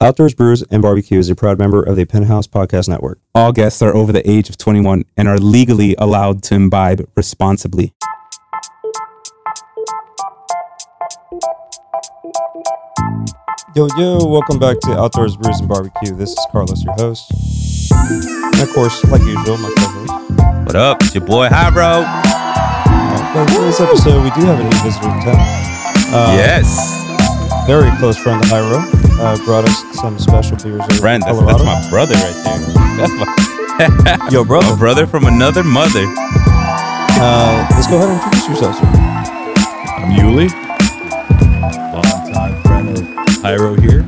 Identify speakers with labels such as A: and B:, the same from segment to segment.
A: Outdoors Brews and Barbecue is a proud member of the Penthouse Podcast Network.
B: All guests are over the age of 21 and are legally allowed to imbibe responsibly.
A: Yo, yo, welcome back to Outdoors Brews and Barbecue. This is Carlos, your host. And of course, like usual, my co host.
C: What up? It's your boy Hybro.
A: But for this episode, we do have a new visitor in town. Uh,
C: yes.
A: Very close friend of Hyro uh, brought us some special beers. over
C: Friend, that's,
A: Colorado.
C: that's my brother right there. That's my,
A: Yo, brother.
C: my brother from another mother.
A: Uh, let's go ahead and introduce yourselves.
D: I'm Yuli, longtime friend of Hyro here.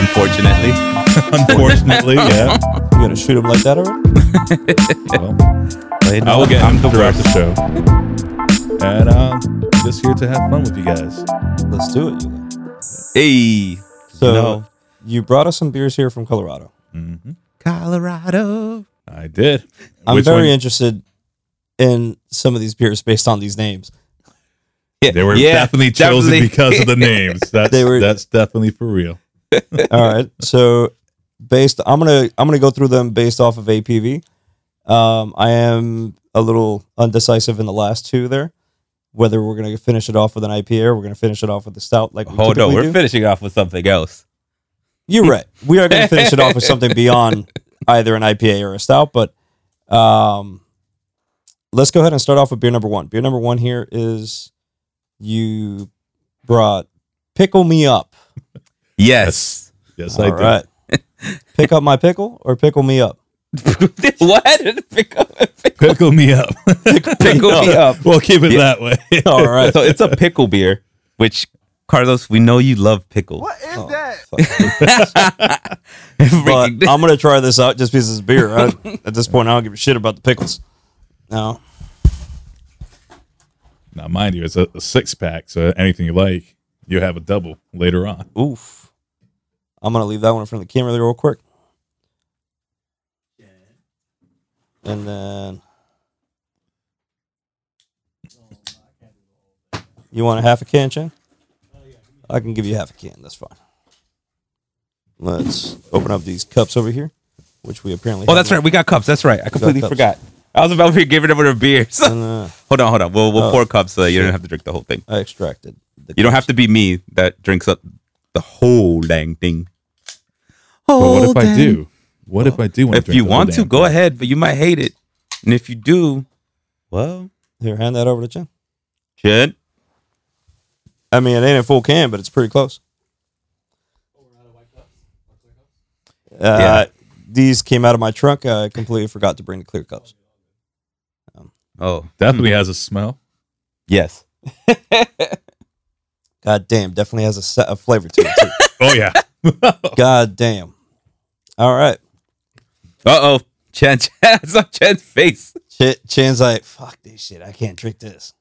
C: Unfortunately.
D: Unfortunately, yeah.
A: You gonna shoot him like that already?
D: Well,
C: I will get
D: I'm
C: him
D: the
C: through.
D: the show. And um, just here to have fun with you guys.
A: Let's do it. Yuli.
C: Hey.
A: So
C: No.
A: you brought us some beers here from Colorado.
D: Mhm.
C: Colorado.
D: I did.
A: I'm
D: Which
A: very
D: one-
A: interested in some of these beers based on these names.
D: They were
C: Yeah,
D: definitely chosen
C: definitely.
D: because of the names. That's
A: They were-
D: that's definitely for real.
A: All right. So based I'm gonna I'm gonna go through them based off of APV. Um, I am a little undecisive in the last two there. Whether we're gonna finish it off with an IPA or we're gonna finish it off with a stout like we
C: Hold on.
A: typically
C: We're
A: do.
C: finishing off with something else.
A: You're right. We are gonna finish it off with something beyond either an IPA or a stout, but um let's go ahead and start off with beer number one. Beer number one here is you brought Pickle Me Up.
C: Yes.
D: Yes,
A: All
D: I
A: right, Pick up my pickle or pickle me up?
C: what? Pick up-
D: did. Pickle me up.
C: Pickle me up.
D: We'll keep it that way.
A: All right.
C: So it's a pickle beer, which Carlos, we know you love pickles.
A: Oh, fuck.
C: Freaking-
A: but I'm gonna try this out just because it's beer. I, at this point, I don't give a shit about the pickles. No,
D: Now, mind you, it's a, a six pack, so anything you like, you have a double later on.
A: oof. I'm gonna leave that one in front of the camera there real quick. And then you want a half a can, Chen? I can give you half a can. That's fine. Let's open up these cups over here, which we apparently.
C: oh,
A: have
C: that's
A: not-
C: right. We got cups. That's right. I completely
A: cups.
C: forgot. I was about to give it over to beer. So.
A: And, uh,
C: Hold on, hold on. We'll, we'll
A: Oh,
C: pour cups so that you don't have to drink the whole thing.
A: I extracted. The
C: You don't have to be me that drinks up the whole dang thing.
D: But
C: Oh,
D: what if I do? What if I do? wanna
C: If
D: drink
C: you
D: the whole
C: want to,
D: damn
C: go
D: thing?
C: ahead, but you might hate it. And if you do, well,
A: Here, hand that over to Jen.
C: shit.
A: I mean, it ain't a full can, but it's pretty close. Uh,
C: Yeah.
A: These came out of my trunk. I completely forgot to bring the clear cups.
C: Oh,
D: Definitely has a smell.
C: yes.
A: God damn, definitely has a, set of flavor to it, too.
D: Oh yeah.
A: God damn. All right.
C: Uh oh. Chen, Chen, I saw Chen's face.
A: Ch- Chan's like, fuck this shit. I can't drink this.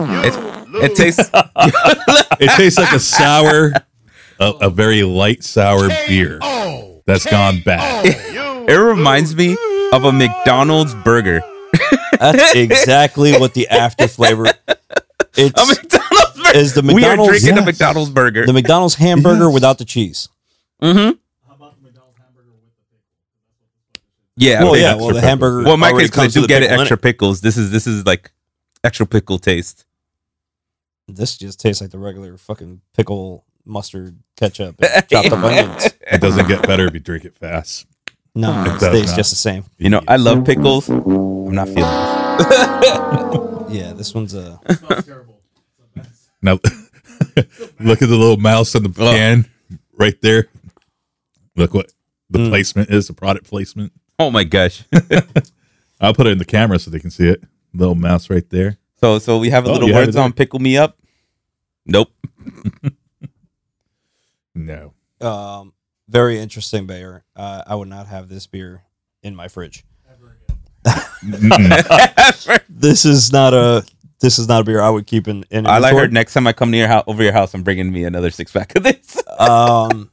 C: It tastes.
D: It tastes like a sour, a, a very light sour beer that's gone bad.
C: It reminds me of a McDonald's burger.
A: That's exactly what the after flavor it's,
C: A McDonald's burger.
A: is the
C: we are
A: McDonald's.
C: drinking a
A: Yes.
C: McDonald's burger.
A: The McDonald's hamburger without the cheese.
C: mm-hmm. Yeah.
A: well,
C: okay.
A: yeah, well, the hamburger.
C: Well, in my
A: already
C: case, 'cause
A: comes
C: I do
A: with a
C: get it
A: pickle in
C: extra pickles. This is this is like extra pickle taste.
A: This just tastes like the regular fucking pickle mustard ketchup and chopped up onions.
D: It doesn't get better if you drink it fast.
A: No, it
D: It does
A: tastes
D: not.
A: just the same.
C: You know, I love pickles. I'm not feeling. This.
A: Yeah, this one's a.
D: Now, look at the little mouse in the can right there. Look what the
C: Hmm.
A: Mm.
D: placement is, the product placement.
C: Oh my gosh!
D: I'll put it in the camera so they can see it. Little mouse right there.
C: So so we have a
D: Oh,
C: little
D: you have
C: words
D: it
C: on pickle me up. Nope.
D: No.
A: Um, very interesting beer. Uh, I would not have this beer in my fridge.
D: Mm-mm.
A: This is not a. This is not a beer I would keep in. in
C: I like
A: inventory.
C: heard next time I come to your house over your house, I'm bringing me another six pack of this.
A: Um,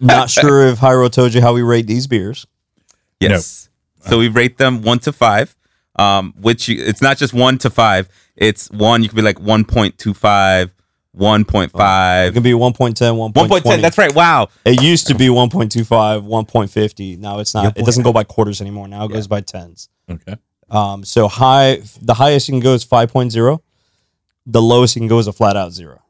A: not sure if Hyro told you how we rate these beers.
C: Yes. So we rate them one to five, um, which you, it's not just one to five. It's one you could be like one point two five,
A: It
C: 1.5.
A: can be 1.10, 1.20.
C: 1.10. That's right. Wow.
A: It used to be 1.25, 1.50. Now it's not. It doesn't go by quarters anymore. Now it goes by tens.
D: Okay.
A: Um, so high, the highest you can go is 5.0. The lowest you can go is a flat out zero.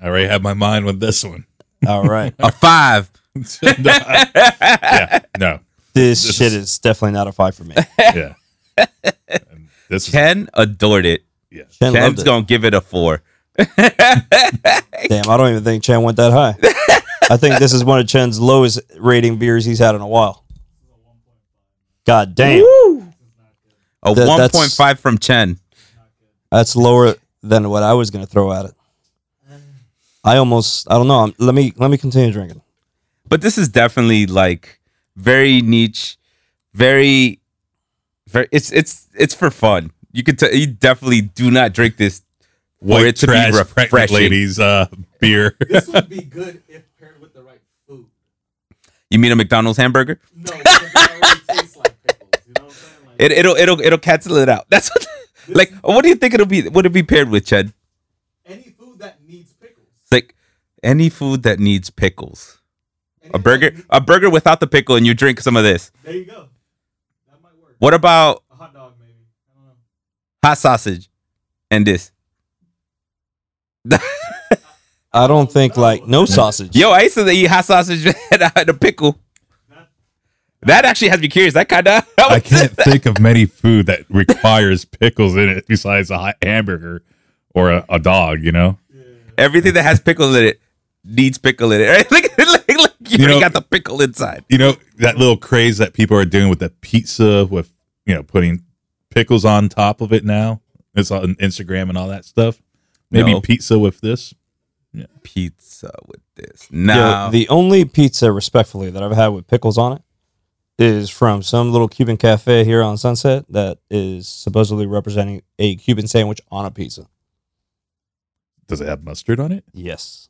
D: I already have my mind with this one.
A: All right.
C: A five.
D: No, I- yeah. No.
A: this,
D: This
A: shit
D: is-
A: is definitely not a five for me.
D: Yeah. And this is
C: Ken adored it.
D: yeah.
A: Chen loved
C: Ken's
A: it.
C: going to give it a four.
A: Damn, I don't even think Chen went that high. I think this is one of Chen's lowest rating beers he's had in a while. God damn.
C: A
A: That- that's-
C: 1.5 from Chen.
A: That's lower than what I was going to throw at it. I almost, I don't know. I'm, let me let me continue drinking.
C: but this is definitely like very niche, very, very. It's it's it's for fun. You could tell you definitely do not drink this for
D: White
C: it to
D: trash
C: be
D: pregnant
C: refreshing.
D: ladies uh, beer.
E: This would be good if paired with the right food.
C: You mean a McDonald's hamburger?
E: No, because it already tastes like pickles. You know what I'm saying? Like,
C: It, it'll it'll it'll cancel it out. That's what. Like, what do you think it'll be? Would it be paired with Chad?
E: any food that needs pickles.
C: Like any food that needs pickles.
E: Any
C: A
E: food
C: burger,
E: that need-
C: a burger without the pickle, and you drink some of this.
E: there you go. That might work.
C: What about
E: A hot dog, maybe. I don't know.
C: hot sausage, and this?
A: I don't think like no sausage.
C: Yo, I used to eat hot sausage and I had a pickle. That actually has me curious. That kind of
D: I can't think of many food that requires pickles in it besides a hot hamburger or a, a dog, you know?
C: everything that has pickles in it needs pickle in it. Right? like, like, like you,
D: You
C: already
D: know-
C: got the pickle inside.
D: You know, that little craze that people are doing with the pizza with, you know, putting pickles on top of it now. It's on Instagram and all that stuff. Maybe
C: No.
D: pizza with this.
C: Pizza with this.
A: Yo,
C: Now
A: the only pizza, respectfully, that I've had with pickles on it is from some little Cuban cafe here on Sunset that is supposedly representing a Cuban sandwich on a pizza.
D: Does it have mustard on it?
A: Yes.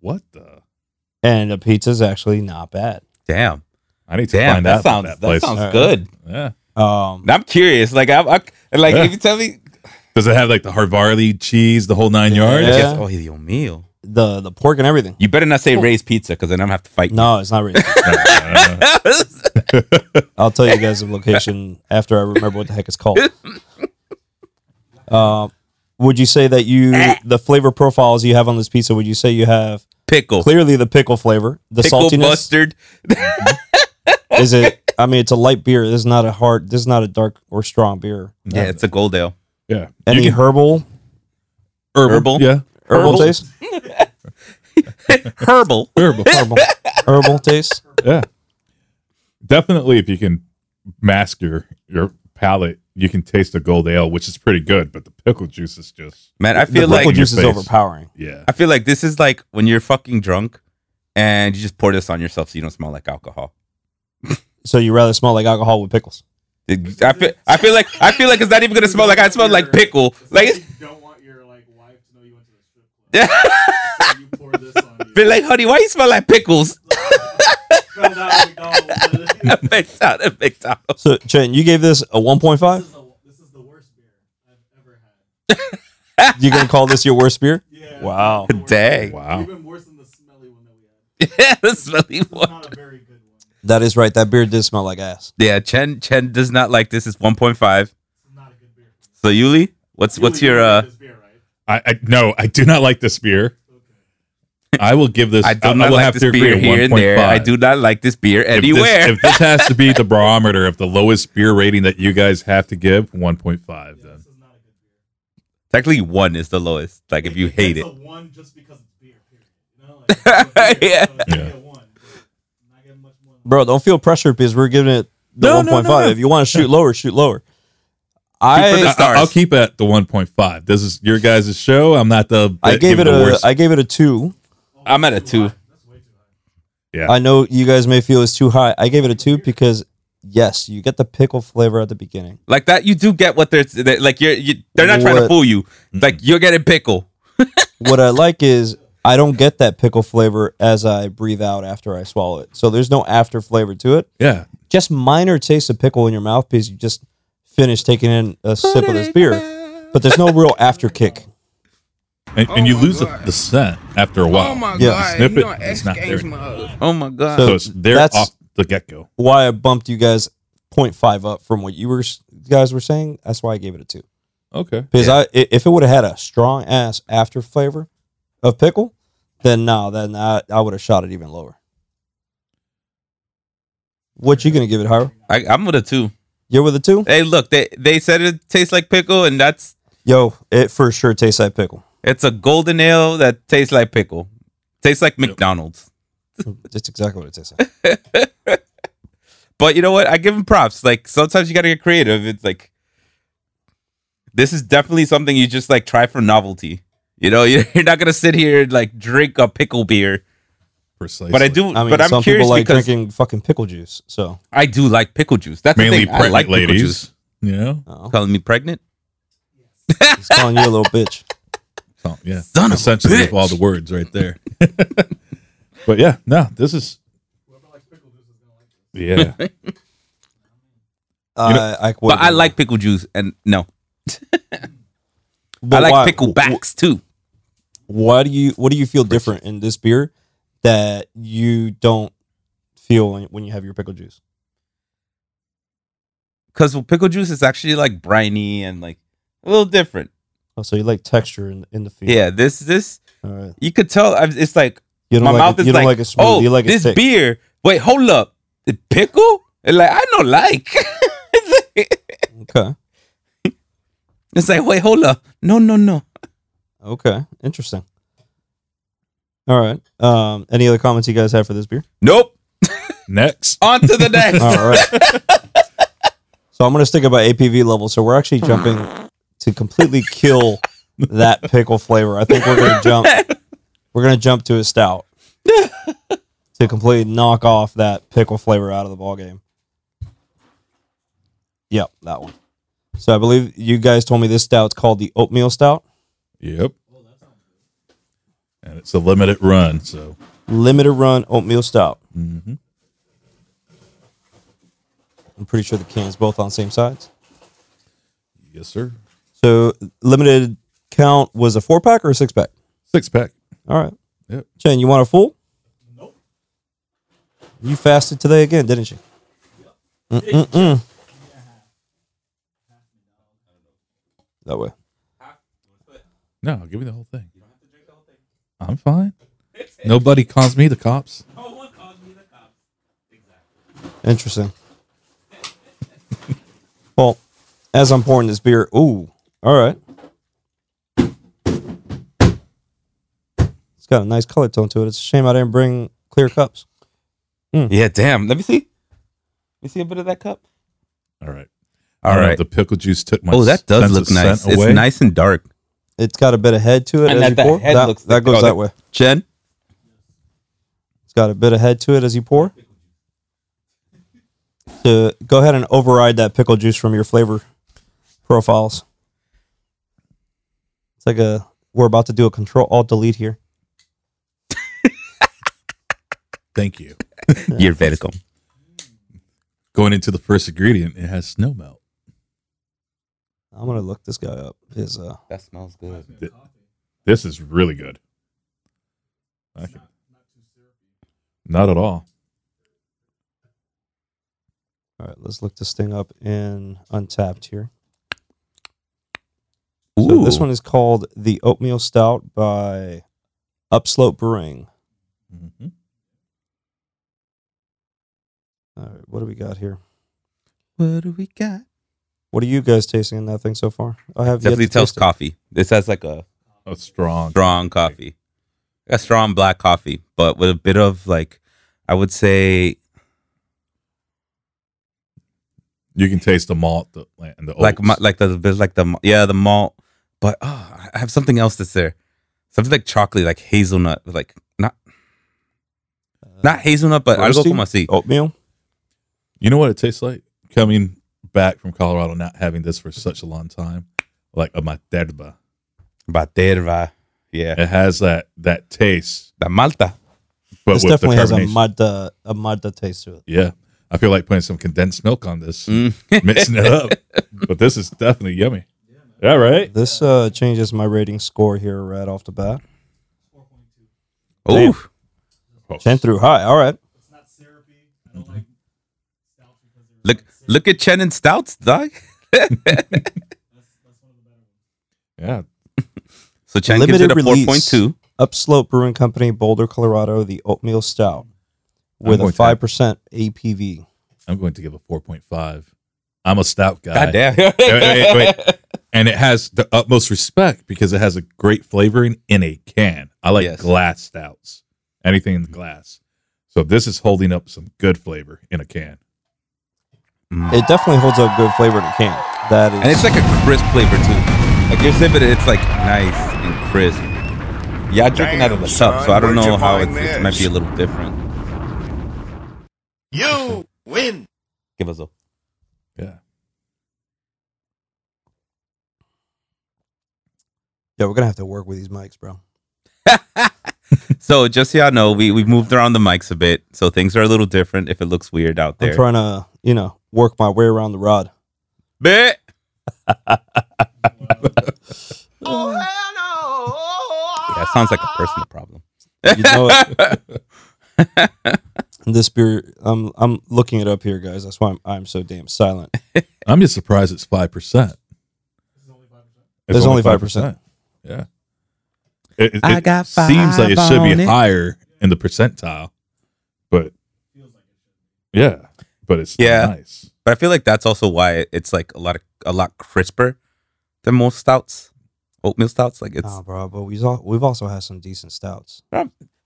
D: What the?
A: And the pizza's actually not bad.
C: damn,
D: I need to
C: damn,
D: find
C: that
D: out about
C: sounds
D: that
C: that,
D: place.
C: sounds
A: Alright.
C: good.
D: yeah.
A: Um,
C: I'm curious. Like I, I like
D: Yeah.
C: if you tell me,
D: Does it have like the Harvarley cheese, the whole nine yards?
A: Yeah.
C: oh your meal.
A: the the pork and everything.
C: You better not say raised pizza because then I'm gonna have to fight. you.
A: No, it's not really. I'll tell you guys the location after I remember what the heck it's called. Uh, would you say that you the flavor profiles you have on this pizza? Would you say you have
C: pickle,
A: clearly the pickle flavor, the
C: pickle
A: saltiness?
C: mustard.
A: Is it? I mean, it's a light beer. This is not a hard. This is not a dark or strong beer.
C: Yeah, it's a gold ale.
D: Yeah.
A: Any
D: You can-
A: herbal
C: herbal?
D: Yeah.
A: herbal,
C: Herbal?
A: taste?
C: Herbal.
D: Herbal.
A: Herbal herbal taste.
D: yeah. Definitely, if you can mask your your palate, you can taste the gold ale, which is pretty good. But the pickle juice is just
C: Man, I
A: The
C: feel
A: pickle
C: like
D: your
A: juice is
D: face.
A: overpowering.
D: yeah.
C: I feel like this is like when you're fucking drunk and you just pour this on yourself so you don't smell like alcohol.
A: So you rather smell like alcohol with pickles?
C: It- I feel, I feel like I feel like it's not even gonna smell like I smell like pickle.
E: It's
C: Like
E: you don't want your like wife to know you went to the strip club. so you pour this on you.
C: be like, honey, why you smell like pickles?
E: Spelled out McDonald's.
C: McDonald's, McDonald's.
A: So Chen, you gave this a one point
E: this,
A: five.
E: is the, this is the worst beer I've ever had.
A: You gonna call this your worst beer?
E: Yeah.
A: Wow.
E: this is the worst
C: Dang.
E: beer.
D: Wow.
E: Even worse than the smelly one that we had.
C: Yeah, the smelly
E: This is
C: one.
E: not a very good one.
A: That is right. That beer did smell like ass.
C: Yeah, Chen Chen does not like this. It's one point five.
E: This is not a good beer.
C: So Yuli, what's what's
E: Julie, you
C: your
E: don't like
C: uh?
E: this beer, right?
D: I, I no, I do not like this beer. I will give this.
C: I do not
D: will
C: like this
D: to agree
C: beer
D: to
C: here and there.
D: 1.5.
C: I do not like this beer
D: If this-
C: anywhere.
D: If this, has to be the barometer of the lowest beer rating that you guys have to give, one point five. Then
E: This is not a good beer.
C: Technically, one is the lowest. Like if you hate it,
E: it's a one just because it's beer. Period. You know, like, it's a beer,
C: Yeah.
E: so it's gonna be a one, but not getting much more than
A: Bro, don't feel pressured because we're giving it the
D: No,
A: one
D: no,
A: point five.
D: no, no.
A: If you want to shoot lower, shoot lower.
C: for the
A: I
C: stars.
D: I, will keep it at the one point five. This is your guys' show. I'm not the.
A: I gave it
D: the
A: a
D: worst.
A: I gave it a two.
C: I'm at a two.
D: Yeah.
A: I know you guys may feel it's too high. I gave it a two because yes, you get the pickle flavor at the beginning.
C: Like that, you do get what they're they're- like. You're you, they're not trying to
A: What?
C: fool you. Like you're getting pickle.
A: What I like is I don't get that pickle flavor as I breathe out after I swallow it. So there's no after flavor to it.
D: yeah.
A: Just minor taste of pickle in your mouth because you just finished taking in a sip of this beer. But there's no real after kick.
D: and, and
F: Oh
D: you
F: my
D: lose the,
F: God.
D: the scent after a while.
F: Oh my
A: Yeah.
F: god,
D: Snip
F: you
D: it,
F: don't
D: it's not
F: exchange
D: there.
F: my other.
C: Oh my god.
D: So it's there
A: That's-
D: off the get go.
A: Why I bumped you guys 0.5 up from what you were you guys were saying. That's why I gave it a two.
D: Okay.
A: Because I i- if it would have had a strong ass after flavor of pickle, then no, then I, I would have shot it even lower. What you gonna give it, Hiro?
C: I, I'm with a two.
A: You're with a two?
C: Hey, look, they they said it tastes like pickle, and that's
A: Yo, it for sure tastes like pickle.
C: it's a golden ale that tastes like pickle. Tastes like McDonald's.
A: That's exactly what it tastes like.
C: But you know what? I give them props. Like sometimes you gotta get creative. It's like this is definitely something you just like try for novelty. You know, you're you're not gonna sit here and like drink a pickle beer.
D: Precisely.
C: But I do.
A: I mean,
C: but I'm
A: some people
C: curious
A: like
C: because
A: drinking fucking pickle juice. So,
C: I do like pickle juice. That's the
D: mainly
C: thing. I
D: pregnant
C: like pickle juice.
D: ladies. You know?
A: oh,
C: Calling me pregnant?
A: he's calling you a little bitch.
D: So, yeah.
C: Son of a
D: Essentially with
C: bitch.
D: all the words right there. but yeah, no, this is Yeah.
A: Uh, I
C: But I like pickle juice, and no, I like pickle backs too.
A: Why do you? What do you feel different in this beer that you don't feel when, when you have your pickle juice?
C: because pickle juice is actually like briny and like a little different.
A: Oh, so you like texture in, in the food.
C: Yeah, this this
A: All right.
C: you could tell. I- It's like
A: You don't
C: my
A: like
C: mouth
A: it,
C: is
A: you don't
C: like,
A: like, it smooth.
C: oh,
A: you like it
C: this
A: thick.
C: beer. Wait, hold up, the pickle. And like I don't like.
A: Okay.
C: it's like wait, hold up, no, no, no.
A: Okay. Interesting. All right. Um, any other comments you guys have for this beer?
C: Nope.
D: Next.
C: On to the next.
A: All right. so I'm going to stick about APV level. So we're actually jumping to completely kill that pickle flavor. I think we're going to jump. We're going to jump to a stout to completely knock off that pickle flavor out of the ball game. Yep, that one. So I believe you guys told me this stout's called the oatmeal stout,
D: Yep. And it's a limited run, so
A: limited run oatmeal stout.
D: mhm.
A: I'm pretty sure the cans both on same sides.
D: yes, sir.
A: So limited count was a four pack or a six pack?
D: Six pack.
A: All right.
D: Yep.
A: Shane, you want a full? Nope. You fasted today again, didn't you? Mm-mm-mm. That way.
D: No, give me the whole thing. I'm fine. Nobody calls me the cops.
A: Interesting. well, as I'm pouring this beer, ooh, all right. It's got a nice color tone to it. It's a shame I didn't bring clear cups.
C: Yeah, damn. Let me see. Let me see a bit of that cup.
D: All right. I
C: All
D: don't know
C: right.
D: if The pickle juice took my.
C: Oh, that does
D: sense
C: look
D: of scent
C: nice. It's
D: away.
C: nice and dark.
A: It's got a bit of head to it. as
C: And that-
A: you
C: that
A: pour.
C: head
A: that,
C: looks
A: that
C: thick.
A: goes
C: Oh,
A: that
C: that-
A: way.
C: Jen,
A: It's got a bit of head to it as you pour. To go ahead and override that pickle juice from your flavor profiles. It's like a we're about to do a control alt delete here.
D: Thank you.
C: you're welcome.
D: Going into the first ingredient, it has snow melt.
A: I'm gonna look this guy up. His uh
C: That smells good.
D: This is really good. I can- Not at all.
A: all right, let's look this thing up in untapped here.
C: Ooh,
A: So this one is called the Oatmeal Stout by Upslope Brewing.
D: Mhm.
A: All right, what do we got here?
C: What do we got?
A: What are you guys tasting in that thing so far? I have yet
C: Definitely
A: to
C: tells
A: taste it.
C: coffee. This has like a
D: A strong.
C: strong coffee, a strong black coffee, but with a bit of like, I would say
D: You can taste the malt, the and the
C: like
D: oats.
C: ma- like the there's like the ma- yeah the malt, but oh, I have something else that's there, something like chocolate, like hazelnut, like not not hazelnut, but
A: Roasty?
C: algo como así. Oh,
A: Oatmeal?
D: You know what it tastes like coming back from Colorado, not having this for such a long time, like a materba.
C: Baterva, yeah,
D: It has that that taste,
C: the malta.
D: but
A: this
D: with
A: definitely
D: the
A: has a
D: carbonation.
A: madda a madda taste to it.
D: yeah, I feel like putting some condensed milk on this,
C: Mm.
D: mixing it up. But this is definitely yummy. Yeah, right.
A: This uh, changes my rating score here right off the bat.
C: Ooh.
D: Oh,
A: 10 through high. All right.
E: It's not syrupy. I don't like stouts because they're
C: Look look at Chen and Stouts, dog.
D: yeah.
C: So Chen gives
A: Limited
C: it a
A: release.
C: 4.2.
A: Upslope Brewing Company, Boulder, Colorado, the oatmeal stout with a
D: going to-
A: 5% APV.
D: I'm going to give a 4.5. I'm a stout guy.
C: God damn.
D: wait, wait, wait. And it has the utmost respect because it has a great flavoring in a can. I like
C: Yes.
D: glass stouts, anything in the glass. So this is holding up some good flavor in a can.
A: It definitely holds up good flavor in a can. That is.
C: And it's like a crisp flavor too. Like you sip it, it's like nice and crisp. Yeah, I drinking out of the
F: Damn,
C: cup, so I don't
F: son, where'd
C: know
F: you
C: how
F: find
C: it's, it
F: this?
C: might be a little different.
F: You win.
C: Give us a
D: Yeah.
A: yeah, we're going to have to work with these mics, bro.
C: So just so y'all know, we we've moved around the mics a bit, so things are a little different. If it looks weird out
A: I'm
C: there,
A: trying to, you know, work my way around the rod.
C: Bet. Yeah, it sounds like a personal problem.
A: You know it. this beer, I'm, I'm looking it up here, guys. That's why I'm, I'm so damn silent.
D: I'm just surprised it's 5%. It's
A: It's only 5%.
D: Yeah. It, it,
C: I
D: it
C: got
D: seems like it should
C: five on
D: be
C: it.
D: higher in the percentile, but yeah, but it's still
C: Yeah.
D: nice.
C: But I feel like that's also why it- it's like a lot of a lot crisper than most stouts, oatmeal stouts. Like it's
A: Nah, bro, but we've, al- we've also had some decent stouts.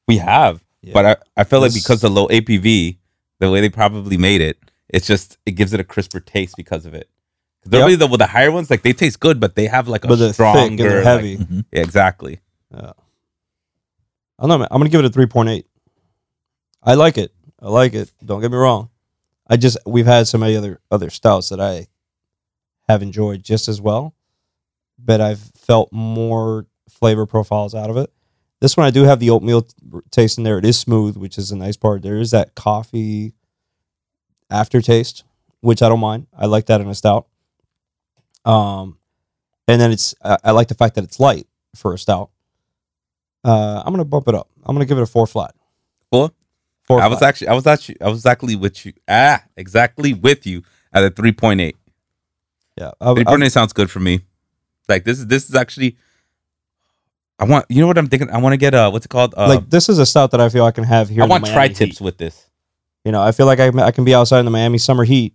C: we have,
A: Yeah.
C: but I I feel like
A: This-
C: because the low APV, the way they probably made it, it's just it gives it a crisper taste because of it. 'Cause Normally the with the higher ones, like they taste good, but they have like a
A: but they're
C: stronger
A: thick and they're
C: like-
A: heavy.
D: Mm-hmm.
C: yeah, exactly.
A: Yeah. I don't know, man. I'm gonna give it a three point eight. I like it. I like it. Don't get me wrong. I just we've had so many other other stouts that I have enjoyed just as well, but I've felt more flavor profiles out of it. This one I do have the oatmeal t- taste in there. It is smooth, which is a nice part. There is that coffee aftertaste, which I don't mind. I like that in a stout. Um, and then it's I, I like the fact that it's light for a stout. Uh, I'm gonna bump it up. I'm gonna give it a four flat.
C: Cool.
A: Four.
C: I was
A: flat.
C: actually, I was actually, I was exactly with you. Ah, exactly with you at a three point eight.
A: yeah. I,
C: Three
A: I-
C: point eight sounds good for me. Like this is this is actually. I want you know what I'm thinking. I want to get uh what's it called? Uh,
A: like this is a stout that I feel I can have here.
C: I
A: in the
C: want
A: Miami
C: tri tips
A: heat.
C: with this.
A: You know, I feel like I, I can be outside in the Miami summer heat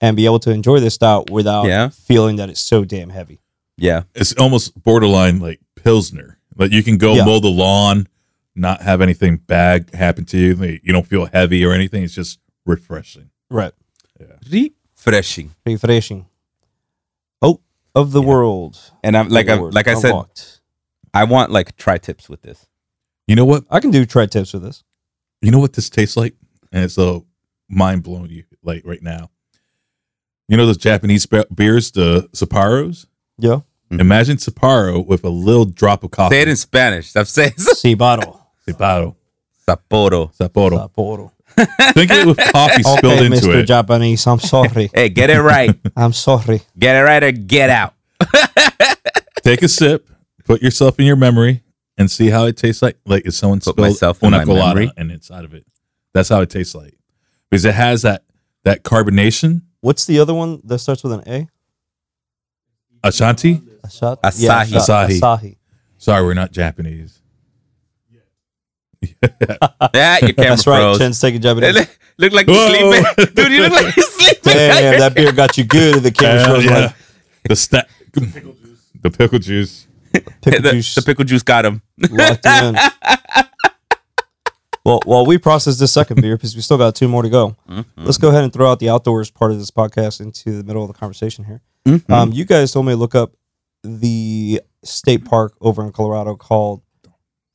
A: and be able to enjoy this stout without
C: Yeah.
A: feeling that it's so damn heavy.
C: Yeah,
D: it's almost borderline like pilsner. Like you can go
A: Yeah.
D: mow the lawn, not have anything bad happen to you. Like, you don't feel heavy or anything. It's just refreshing.
A: Right.
C: refreshing.
A: Refreshing. Oh, of the world.
C: And I'm like I,
A: Lord,
C: like I said,
A: unlocked.
C: I want like tri tips with this.
D: You know what?
A: I can do tri tips with this.
D: You know what this tastes like? And it's so mind blowing you like right now. You know those Japanese spe- beers, the Sapparos?
A: Yeah.
D: Imagine Sapporo with a little drop of coffee.
C: Say it in Spanish. I'm saying
A: Sea bottle.
D: Sapporo.
C: Sapporo.
D: Sapporo.
A: Sapporo.
D: Think of it with coffee spilled
A: Okay,
D: into
A: Mr.
D: it.
A: Japanese. I'm sorry.
C: Hey, get it right.
A: I'm sorry.
C: get it right or get out.
D: take a sip, put yourself in your memory, and see how it tastes like. Like if someone
C: Put
D: spilled
C: myself in
D: una
C: my
D: colada
C: memory.
D: and inside of it. That's how it tastes like because it has that that carbonation.
A: What's the other one that starts with an A?
D: Ashanti.
A: Asha-
C: Asahi.
D: Asahi.
A: Asahi.
D: Sorry, we're not Japanese.
C: Yeah, your camera
A: That's right.
C: froze.
A: Chen's taking
C: It
A: Japanese.
C: look, look like you're
D: Whoa.
C: sleeping, dude. You look like you're sleeping.
A: Damn, that beer got you good. The camera
D: Hell
A: froze
D: yeah.
A: like
D: the sta- the pickle juice.
A: pickle
C: the,
A: juice.
C: the pickle juice got him.
A: locked in. Well, while we process this second beer, because we still got two more to go,
D: Mm-hmm.
A: let's go ahead and throw out the outdoors part of this podcast into the middle of the conversation here.
D: Mm-hmm.
A: Um, you guys told me to look up the state park over in Colorado called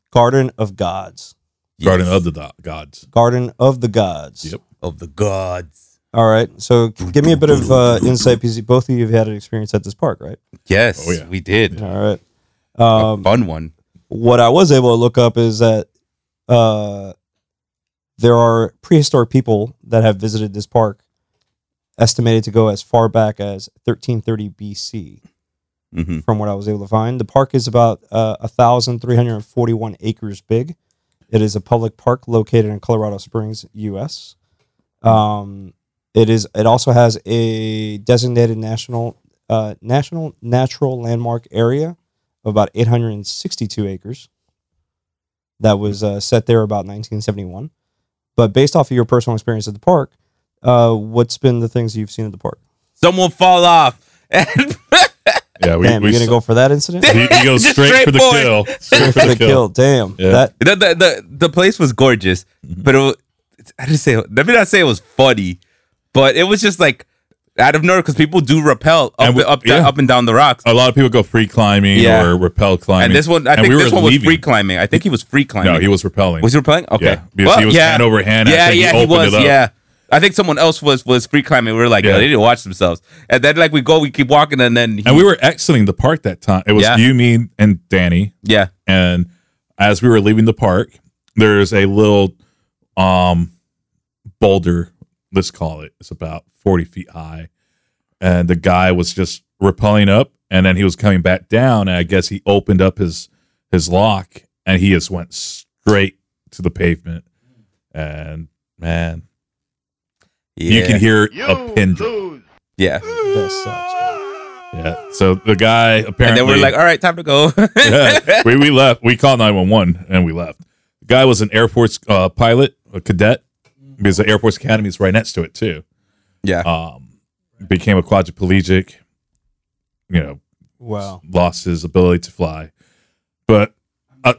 A: Garden of Gods.
D: Garden
C: Yes.
D: of the do- gods.
A: Garden of the Gods.
D: Yep.
C: of the gods.
A: All right. So give me a bit of uh, insight because both of you have had an experience at this park, right?
C: Yes,
D: Oh, yeah.
C: we did.
A: All right.
C: a
A: Um,
C: fun one.
A: what I was able to look up is that uh, there are prehistoric people that have visited this park, estimated to go as far back as 1330 BC.
C: hmm
A: from what I was able to find. The park is about uh, 1,341 acres big. It is a public park located in Colorado Springs, U.S. Um, it is. It also has a designated national uh, national natural landmark area of about 862 acres. That was uh, set there about 1971. But based off of your personal experience at the park, uh, what's been the things you've seen at the park?
C: Someone fall off. And
D: Yeah, we,
A: Damn,
D: we
A: you're gonna
D: s-
A: go for that incident?
D: He, he goes
C: Just
D: straight, for the
C: straightforward.
D: kill. Straight
A: for the kill. Damn.
D: Yeah.
A: That
C: the, the, the, the place was gorgeous, but it was, I didn't say, let me not say it was funny, but it was just like out of nowhere because people do rappel up,
D: And we-
C: up,
D: yeah.
C: up and down the rocks.
D: A lot of people go free climbing
C: Yeah.
D: or rappel climbing.
C: and this one, I think
D: we
C: this
D: were
C: one was
D: leaving.
C: free climbing. I think he was free climbing.
D: No, he was rappelling.
C: Was he repelling? Okay.
D: Yeah, because he was hand over hand
C: Yeah,
D: after he
C: yeah, he,
D: opened
C: was.
D: it up.
C: Yeah. I think someone else was was free climbing. We were like,
D: Yeah.
C: "Yo, they need to watch themselves. And then like we go, we keep walking, and then he,
D: and we were exiting the park that time. It was
C: Yeah.
D: you, me, and Danny.
C: yeah,
D: And as we were leaving the park, there's a little um boulder, let's call it. It's about 40 feet high. And the guy was just rappelling up and then he was coming back down. And I guess he opened up his his lock and he just went straight to the pavement. And man, you
C: Yeah.
D: can hear a pin drop.
C: yeah.
A: that sucks.
D: Yeah. So the guy
C: And
D: apparently
C: then we're like, "All right, time to go."
D: yeah. we, we left. We called 911 and we left. The guy was an Air Force uh, pilot, a cadet, because the Air Force Academy is right next to it, too.
C: Yeah.
D: Um, became a quadriplegic, you know,
A: Wow.
D: lost his ability to fly. But uh,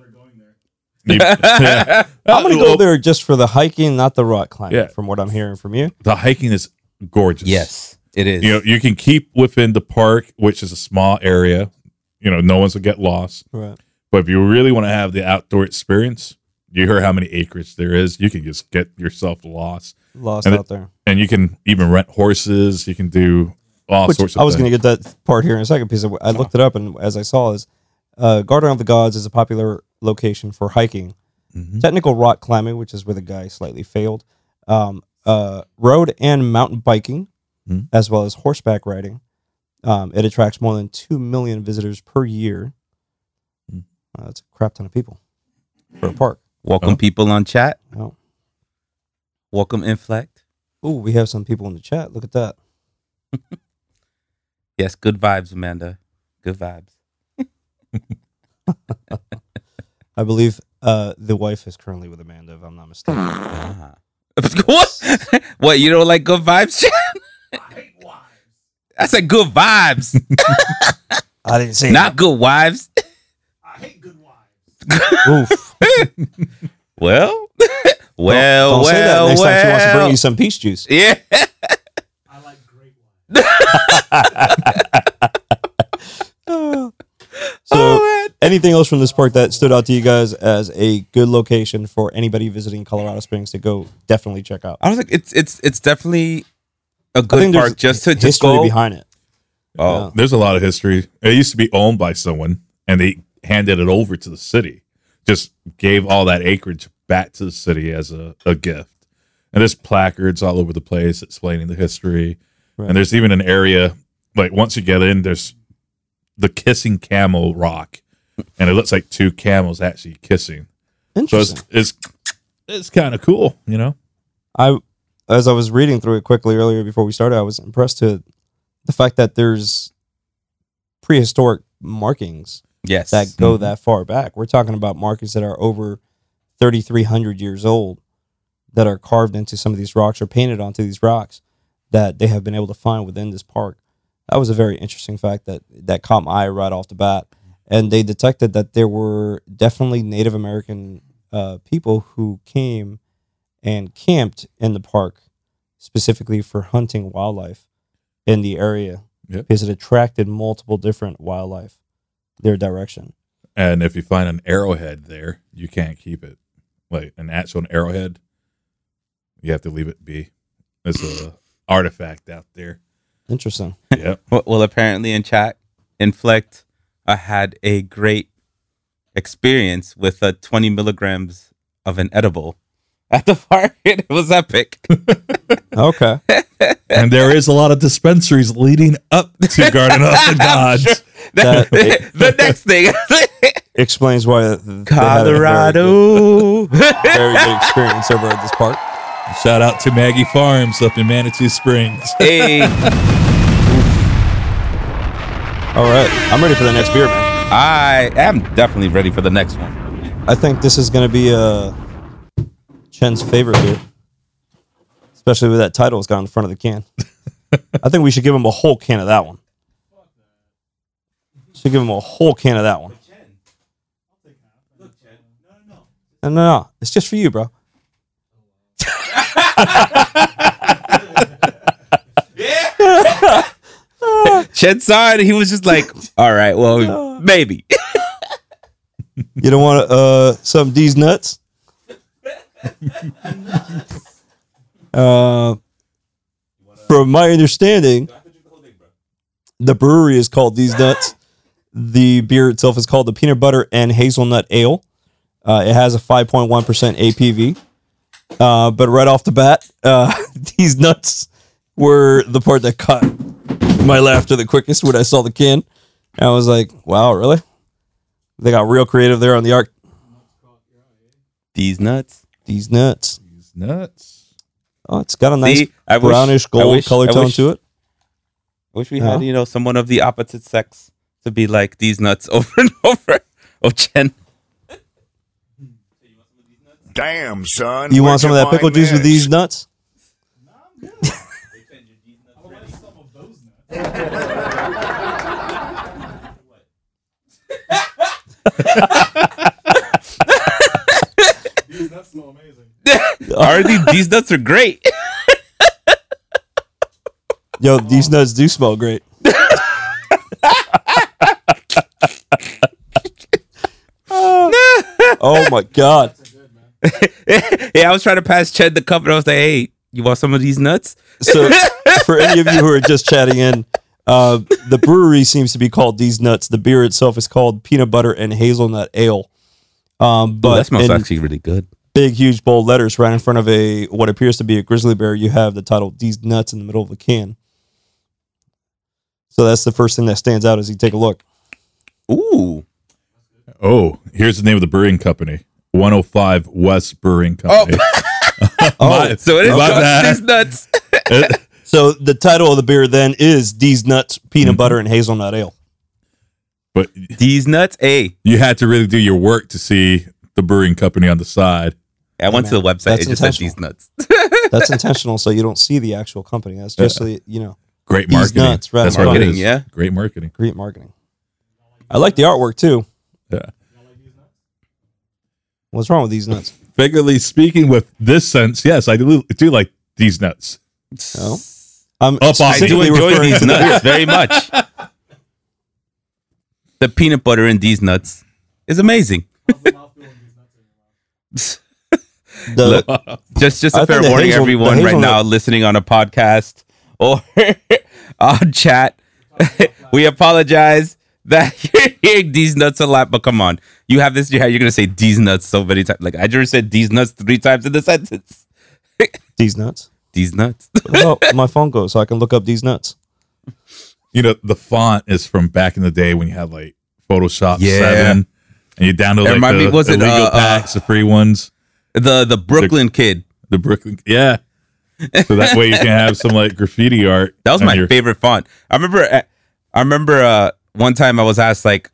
D: yeah.
A: I'm gonna go there just for the hiking, not the rock climbing.
D: Uh, Yeah.
A: From what I'm hearing from you,
D: The hiking is gorgeous.
C: it is.
D: You know, you can keep within the park, which is a small area. You know, no one's going to get lost.
A: right?
D: But if you really want to have the outdoor experience, you hear how many acreage there is. You can just get yourself lost,
A: Lost
D: And it-
A: out there.
D: and you can even rent horses. You can do all
A: Which
D: sorts of.
A: I was
D: things.
A: gonna get that part here in a second because I looked it up and as I saw is, uh, Garden of the Gods is a popular location for hiking,
D: Mhm.
A: technical rock climbing, which is where the guy slightly failed, um, uh, road and mountain biking,
D: Mhm.
A: as well as horseback riding. Um, it attracts more than two million visitors per year.
D: Mhm.
A: Wow, that's a crap ton of people for a park.
C: Welcome
D: Oh.
C: people on chat.
A: Oh.
C: Welcome Inflect.
A: Ooh, we have some people in the chat. Look at that.
C: Yes, good vibes, Amanda. Good vibes.
A: I believe uh, the wife is currently with Amanda, if I'm not mistaken.
C: Ah. what? what? You don't like good vibes? I said good vibes,
A: I didn't say
C: not good wives.
E: I hate good wives.
A: that. Oof.
C: Well,
A: Don't
C: well, well,
A: say that next time she wants to
C: well.
A: bring you some peach juice.
C: Yeah.
E: I like great wives.
A: so,
C: Oh, man.
A: anything else from this park that stood out to you guys as a good location for anybody visiting Colorado Springs to go definitely check out?
C: I was like, it's it's it's definitely a
A: I
C: good park just to just
A: history
C: go.
A: behind it.
C: oh,
D: Uh, There's a lot of history. It used to be owned by someone, and they handed it over to the city. Just gave all that acreage back to the city as a, a gift. And there's placards all over the place explaining the history.
A: Right.
D: And there's even an area like once you get in, there's the kissing camel rock, and it looks like two camels actually kissing. So
A: Interesting.
D: it's it's, it's kind of cool, you know.
A: I, as I was reading through it quickly earlier before we started, I was impressed to the fact that there's prehistoric markings
C: yes.
A: that go that far back. We're talking about markings that are over 3,300 years old that are carved into some of these rocks or painted onto these rocks that they have been able to find within this park. That was a very interesting fact that, that caught my eye right off the bat. And they detected that there were definitely Native American uh, people who came and camped in the park specifically for hunting wildlife in the area
D: Yeah.
A: because it attracted multiple different wildlife their direction.
D: And if you find an arrowhead there, you can't keep it. Like an actual arrowhead, you have to leave it be. It's a artifact out there.
A: Interesting.
D: Yep.
C: Well, well, apparently in chat, Inflect uh, had a great experience with uh, 20 milligrams of an edible at the park. It was epic.
A: Okay.
D: and there is a lot of dispensaries leading up to Garden of the
C: I'm
D: Gods.
C: sure
A: That-
C: the next thing,
A: Explains why th- they had a very good-
C: Colorado.
A: very good experience over at this park.
D: Shout out to Maggie Farms up in Manatee Springs.
C: hey,
A: All right, I'm ready for the next beer, man.
C: I am definitely ready for the next one.
A: I think this is going to be uh, Chen's favorite beer, especially with that title it's got on the front of the can. I think we should give him a whole can of that one. Should give him a whole can of that one. No, no, no. It's just for you, bro.
C: Chet saw it. He was just like, "All right, well, maybe."
A: You don't want uh, some of these nuts? uh, from my understanding, the brewery is called These Nuts. The beer itself is called the Peanut Butter and Hazelnut Ale. Uh, it has a 5.1% APV. Uh, but right off the bat, uh, these nuts were the part that caught my laughter the quickest when I saw the can. I was like, wow, really? They got real creative there on the arc.
C: These nuts.
A: These nuts.
D: He's nuts.
A: Oh, it's got a nice
C: See, I wish-
A: brownish
C: I
A: gold
C: wish-
A: color
C: I
A: tone
C: wish-
A: to it.
C: Wish we
A: Yeah.
C: had, you know, someone of the opposite sex to be like these nuts over and over. Oh, Chen.
F: Damn, son.
A: You
F: where'd
A: want some of that
F: find
A: pickle juice with
F: this?
A: these nuts?
E: These nuts smell amazing.
C: Already, these nuts are great.
A: Yo, these nuts do smell great. oh my god.
C: yeah, I was trying to pass Chen the cup, and I was like, "Hey, you want some of these nuts?"
A: So for any of you who are just chatting in, uh, the brewery seems to be called These Nuts. The beer itself is called Peanut Butter and Hazelnut Ale. Um, but
C: that smells
A: in-
C: actually really good.
A: big, huge, bold letters right in front of a what appears to be a grizzly bear. You have the title "These Nuts" in the middle of the can. So that's the first thing that stands out as you take a look.
C: Ooh.
D: Oh, here's the name of the brewing company 105 West Brewing Company.
A: Oh,
D: My-
C: So it is
D: my
C: just
D: bad.
C: these nuts.
D: It-
A: so the title of the beer then is "These Nuts Peanut
C: Mm-hmm.
A: Butter and Hazelnut Ale."
D: but
C: these nuts. Hey,
D: you had to really do your work to see the brewing company on the side.
C: I went to the website.
A: That's
C: It just said
A: intentional.
C: these nuts.
A: That's intentional, so you don't see the actual company. That's just the you know
D: Great
A: These
D: marketing.
A: nuts, right
D: That's
A: in
D: what
A: front
D: it
A: of
D: is.
C: you. Yeah.
D: Great marketing.
A: great marketing. I like the artwork too.
D: Yeah.
A: What's wrong with these nuts?
D: Figuratively speaking, with this sense, yes, I do, do like these nuts.
A: Oh. I'm
D: Up on-
C: I do
A: specifically
C: enjoy
A: referring
C: these
A: to the beer.
C: nuts very much. The peanut butter in these nuts is amazing.
A: The-
C: Look, just just
A: I
C: a
A: think
C: fair
A: the
C: warning,
A: hazel-
C: everyone
A: the
C: right now
A: hazelnut-
C: listening on a podcast or on chat. we apologize that you're hearing these nuts a lot, but come on, you have this in your head. You're gonna say these nuts so many times. Like I just said these nuts three times in the sentence.
A: these nuts.
C: These nuts.
A: Oh, my phone goes, so I can look up these nuts.
D: You know, the font is from back in the day when you had like Photoshop
C: Yeah.
D: 7 and you
C: It
D: download like
C: remind
D: the
C: me- was it,
D: illegal
C: uh, uh,
D: packs, the free ones.
C: the the Brooklyn kid.
D: The Brooklyn, yeah. So that way you can have some like graffiti art.
C: That was
D: on
C: my
D: your-
C: favorite font. I remember. uh, I remember uh, one time I was asked like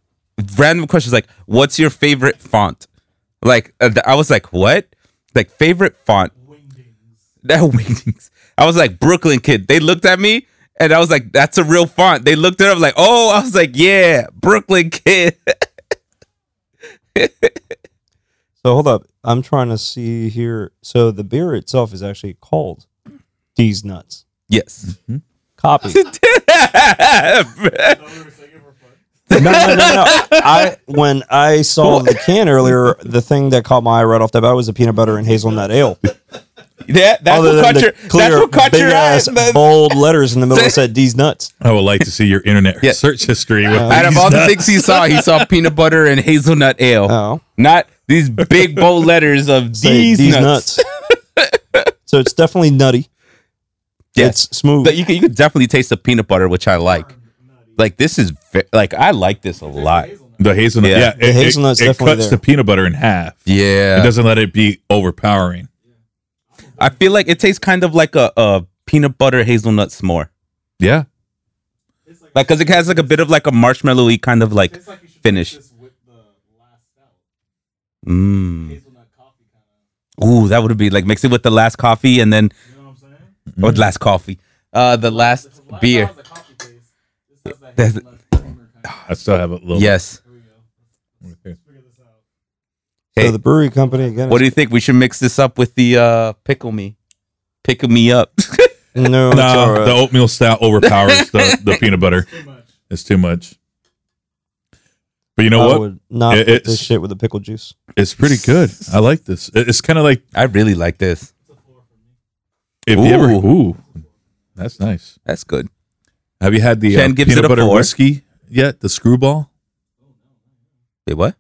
C: random questions like, "What's your favorite font?" Like uh, th- I was like, "What?" Like favorite font. That wingdings. I was like Brooklyn kid. They looked at me and I was like, "That's a real font." They looked at up like, "Oh," I was like, "Yeah, Brooklyn kid."
A: So hold up, I'm trying to see here. So the beer itself is actually called "These Nuts."
C: yes.
A: Copy.
E: I thought we were singing for fun.
A: no, no, no, no. I when I saw the can earlier, the thing that caught my eye right off the bat was the peanut butter and hazelnut ale.
C: that, that's,
A: Other
C: what
A: than
C: caught
A: the
C: your, that's
A: clear,
C: what caught your eye.
A: big-ass
C: The-
A: bold letters in the middle that said "These Nuts."
D: I would like to see your internet
C: Yeah.
D: search history. With
C: Out of
D: these
C: all the
D: nuts.
C: things he saw, he saw peanut butter and hazelnut ale.
A: Oh,
C: Not these big bold letters of
A: say,
C: these, nuts.
A: so it's definitely nutty.
C: Yeah.
A: It's smooth.
C: But you can you can definitely taste the peanut butter, which I like.
E: Nutty.
C: Like this is ve- like I like this a lot.
D: The hazelnut,
C: Yeah.
D: yeah,
A: The
D: it,
A: hazelnut's
D: it, it
A: definitely
D: cuts
A: there.
D: the peanut butter in half. It
C: Yeah,
D: doesn't let it be overpowering.
C: I feel like it tastes kind of like a, a peanut butter hazelnut s'more.
D: Yeah,
C: Like, cause it has like a bit of like a marshmallowy kind of like finish. Mm. Ooh, that would be like mix it with the last coffee and then or the last coffee, uh, the last beer. That's- Ah,
D: I still have a little.
C: Yes. Hey.
A: So the brewery company again.
C: What do you think? We should mix this up with the uh, pickle me, pickle me up.
A: you, no, it's all
D: Nah,
A: right.
D: the oatmeal stout overpowers the, the peanut butter. It's too much. But you know
A: I
D: what?
A: would not
D: It-
A: put this
D: it's-
A: shit with the pickle juice.
D: It's pretty good. I like this. It- It's kind of like
C: I really like this.
D: if you ever.
C: Ooh.
D: Ooh, that's nice.
C: That's good.
D: Have you had the uh,
C: Ken gives
D: peanut
C: it a
D: butter
C: four.
D: whiskey yet? The screwball.
C: Wait, what?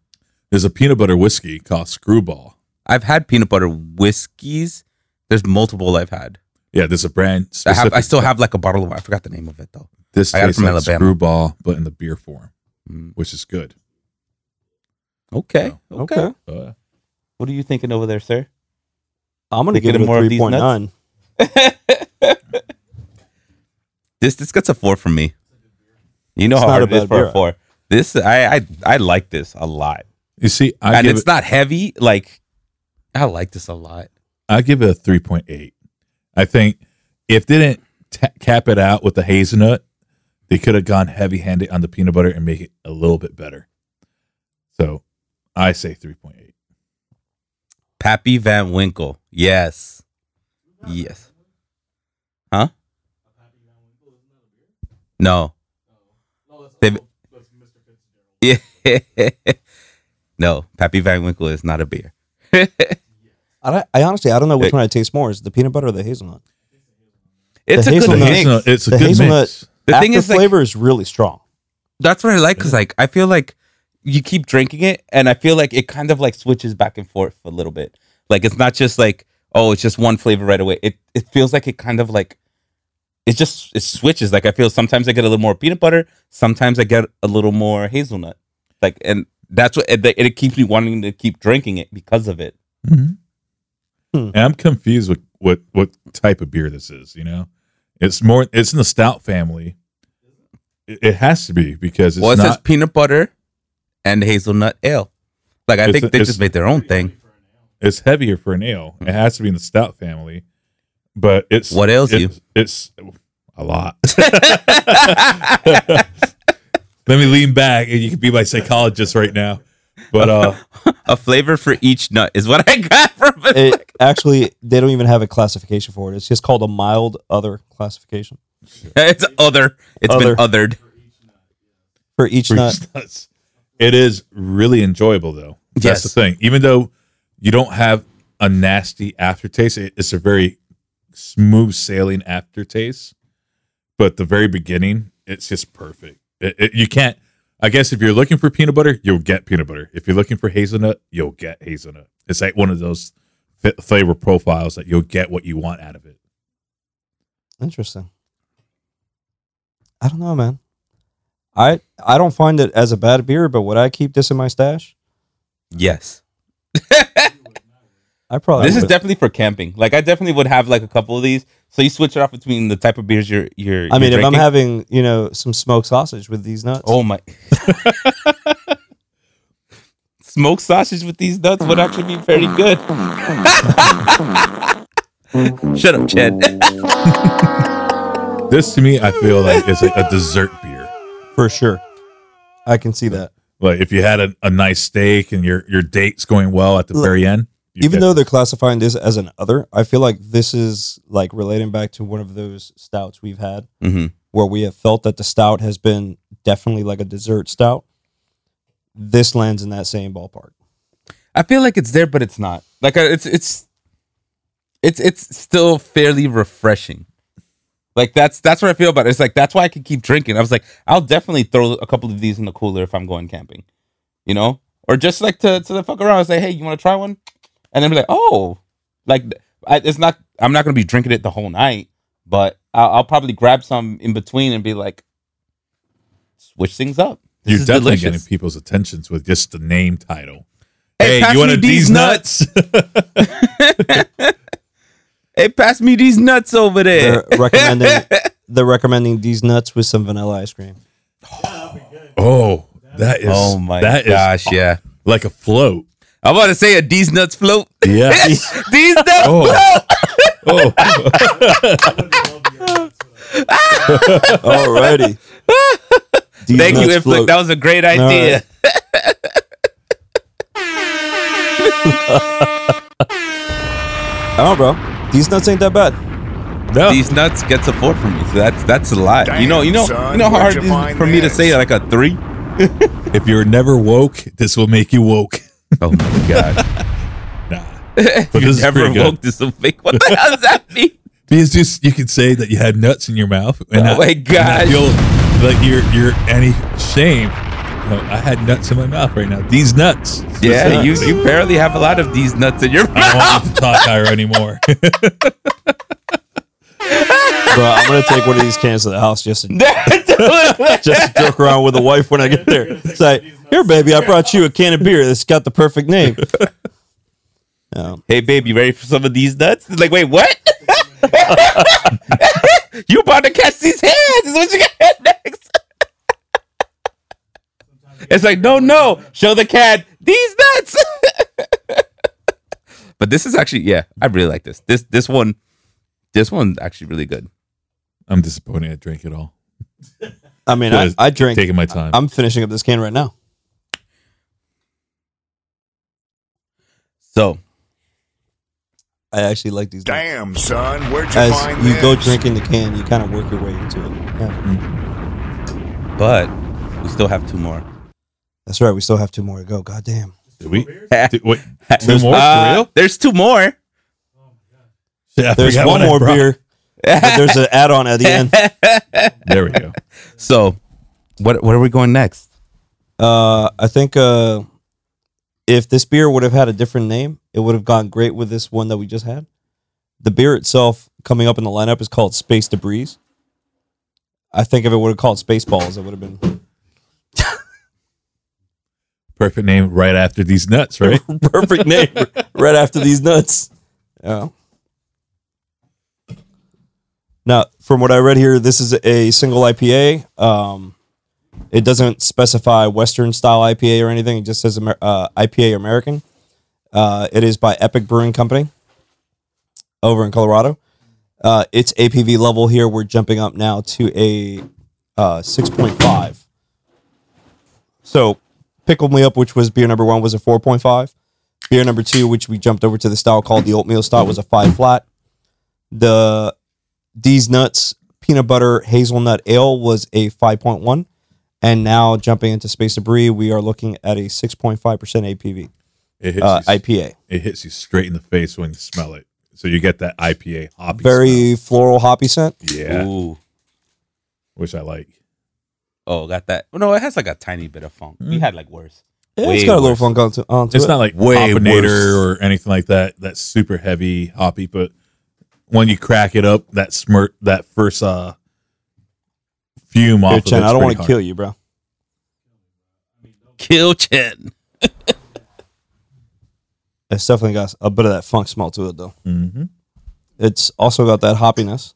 D: There's a peanut butter whiskey called Screwball.
C: I've had peanut butter whiskeys. There's multiple I've had.
D: Yeah, there's a brand.
C: I, have,
D: Specific.
C: I still have like a bottle of. I forgot the name of it though.
D: this
C: I got it
D: tastes
C: from
D: like
C: Alabama.
D: Screwball, but in the beer form,
C: Mm.
D: which is good.
C: Okay. Okay.
A: Okay.
D: Uh,
C: What are you thinking over there, sir?
A: I'm gonna
C: Thinking
A: give it a
C: more of these
A: three
C: nuts?
A: point nine.
C: This this gets a four from me. You know
A: It's
C: how
A: not
C: hard
A: a
C: it is
A: bad
C: for
A: beer.
C: a four. This I I, I like this a lot,
D: you see, I
C: and
D: give
C: it's
D: it,
C: not heavy. Like I like this a lot.
D: I give it a three point eight. I think if they didn't ta cap it out with the hazelnut, they could have gone heavy handed on the peanut butter and make it a little bit better. So, I say three point eight.
C: Pappy Van Winkle. Yes. Yes. Huh? No. They- Yeah. no, Pappy Van Winkle is not a beer.
A: I, don't- I honestly I don't know which one I taste more. Is it the peanut butter or the hazelnut?
C: It's
A: The
C: a good
A: hazelnut-
C: mix.
D: it's a
A: The
D: good
A: hazelnut-
D: mix.
C: The thing
A: After
C: is, like-
A: flavor is really strong.
C: That's what I like because like I feel like you keep drinking it, and I feel like it kind of like switches back and forth a little bit. Like it's not just like oh, it's just one flavor right away. It it feels like it kind of like it just it switches. Like I feel sometimes I get a little more peanut butter, sometimes I get a little more hazelnut. Like and that's what it, it keeps me wanting to keep drinking it because of it.
D: Mm-hmm. And I'm confused with what what type of beer this is. You know, it's more. It's in the stout family. It, it has to be because it's
C: well, it
D: not.
C: says peanut butter and hazelnut ale. Like I
D: It's
C: think
D: a-
C: they
D: it's-
C: just made their own thing.
D: it's heavier for an ale. It has to be in the stout family, but it's
C: Mm-hmm. What ails
D: it's,
C: you?
D: It's a lot. Let me lean back, and you can be my psychologist right now. But uh,
C: A flavor for each nut is what I got from it.
A: It, actually, they don't even have a classification for it. It's just called a mild other classification
C: it's other. It's been othered.
A: for each nut.
D: fruit nuts. It is really enjoyable, though. That's
C: Yes.
D: the thing. Even though you don't have a nasty aftertaste, it- it's a very smooth sailing aftertaste. But the very beginning, it's just perfect. It- it- you can't. I guess if you're looking for peanut butter, you'll get peanut butter. If you're looking for hazelnut, you'll get hazelnut. It's like one of those f- flavor profiles that you'll get what you want out of it.
A: Interesting. I don't know, man. I I don't find it as a bad beer, but would I keep this in my stash?
C: Yes.
A: I probably
C: this is
A: would.
C: definitely for camping. Like I definitely would have like a couple of these. So you switch it off between the type of beers you're you're.
A: I mean,
C: you're
A: if I'm
C: drinking.
A: having you know some smoked sausage with these nuts,
C: oh my, smoked sausage with these nuts would actually be very good. Shut up, Chad.
D: This to me, I feel like it's like a dessert beer.
A: for sure, I can see that.
D: Like if you had a, a nice steak and your your date's going well at the
A: Look,
D: very end, you
A: Even
D: get-
A: though they're classifying this as an other, I feel like this is like relating back to one of those stouts we've had
C: hmm
A: where we have felt that the stout has been definitely like a dessert stout. This lands in that same ballpark.
C: I feel like it's there, but it's not. Like uh, it's it's it's it's still fairly refreshing. Like that's that's what I feel about it. It's like that's why I can keep drinking. I was like, I'll definitely throw a couple of these in the cooler if I'm going camping, you know, or just like to to the fuck around and say, hey, you want to try one? And then be like, oh, like I, it's not. I'm not gonna be drinking it the whole night, but I'll, I'll probably grab some in between and be like, switch things up. This
D: You're
C: is
D: definitely
C: delicious.
D: getting people's attentions with just the name title.
C: Hey, pass
D: you
C: me
D: wanted
C: these Hey, pass me these nuts over there.
A: They're recommending they're recommending these nuts with some vanilla ice cream.
D: Oh, that is
C: oh my
D: that is
C: gosh, yeah.
D: like a float.
C: I want to say a these nuts float.
D: Yeah.
C: these nuts
D: oh, oh,
A: Alrighty. These
C: Thank you,
A: nuts
C: Inflict.
A: float.
C: That was a great idea.
A: oh, bro. These nuts ain't that bad.
D: no.
C: Uh-huh, These nuts gets a four from me. So that's that's a lot. you know, you know,
F: Damn, son,
C: you know how hard
F: where'd you
C: it is
F: find
C: for me to
F: this?
C: say like a three.
D: if you're never woke, this will make you woke.
C: Oh my god!
D: Nah. But this is
C: Never
D: pretty good.
C: woke this fake. What the hell does that mean?
D: Because just you could say that you had nuts in your mouth, and
C: Oh
D: not-
C: my
D: and not
C: gosh.
D: feel like you're you're any shame. No, I had nuts in my mouth right now. These nuts.
C: Yeah, you
D: specifically.
C: you barely have a lot of these nuts in your
D: I
C: mouth.
D: don't want to talk higher anymore.
A: Bro, I'm gonna take one of these cans to the house just to,
C: That's-
A: just to joke around with the wife when I get there. It's like, here, baby, I brought you a can of beer that's got the perfect name. Oh,
C: hey, babe, you ready for some of these nuts? It's like, wait, what? you about to catch these hands? Is what you got next? it's like, no, no, show the cat these nuts. but this is actually, yeah, I really like this. This this one, this one's actually really good.
D: I'm disappointed. I drank it all.
A: I mean, I,
D: Just
A: I drink.
D: Taking my time.
A: I'm finishing up this can right now.
C: So
A: I actually like these. nuts.
F: Damn, son, where'd you
A: As
F: find
A: you
F: this?
A: go drinking the can, you kind of work your way into it. Yeah.
C: But we still have two more.
A: That's right. We still have two more to go. God damn.
D: Did we? Did, wait, two
C: There's-
D: more?
C: uh,
D: for real?
C: There's two more.
D: Shit, I
A: There's
D: forgot
A: one
D: what I
A: more
D: brought.
A: beer. but there's an add-on at the end.
D: There we go.
C: So what what are we going next?
A: Uh, I think uh, if this beer would have had a different name, it would have gone great with this one that we just had. The beer itself coming up in the lineup is called Space Debris. I think if it would have called Spaceballs, it would have been
D: Perfect name right after these nuts, right?
A: perfect name right after these nuts. Yeah. Now, from what I read here, this is a single IPA. Um, it doesn't specify Western style IPA or anything. It just says Amer- uh, IPA American. Uh, it is by Epic Brewing Company over in Colorado. Uh, its APV level here, we're jumping up now to a uh, 6.5. So, Pickle Me Up, which was beer number one, was a 4.5. Beer number two, which we jumped over to the style called the Oatmeal Stout, was a 5 flat. The These Nuts Peanut Butter Hazelnut Ale was a 5.1. And now, jumping into Space Debris, we are looking at a 6.5% APV
D: It hits,
A: uh,
D: you,
A: IPA.
D: it hits you straight in the face when you smell it. So you get that IPA hoppy.
A: very floral hoppy scent.
D: smell. yeah,
C: Ooh.
D: which I like.
C: Oh, got that. Mm. No, it has like a tiny bit of funk. We had like worse.
A: Yeah,
C: Way
A: it's got a little
C: worse.
A: funk on to, onto
D: It's
A: it.
D: not like
C: Way
D: Hoppinator or anything like that. That's super heavy hoppy, but when you crack it up, that smirk, that first uh fume off.
A: Here,
D: of
A: Chen,
D: it's
A: I don't
D: pretty
A: want to
D: hard.
A: kill you, bro.
C: Kill Chen.
A: It's definitely got a bit of that funk smell to it, though.
D: Mhm.
A: It's also got that hoppiness.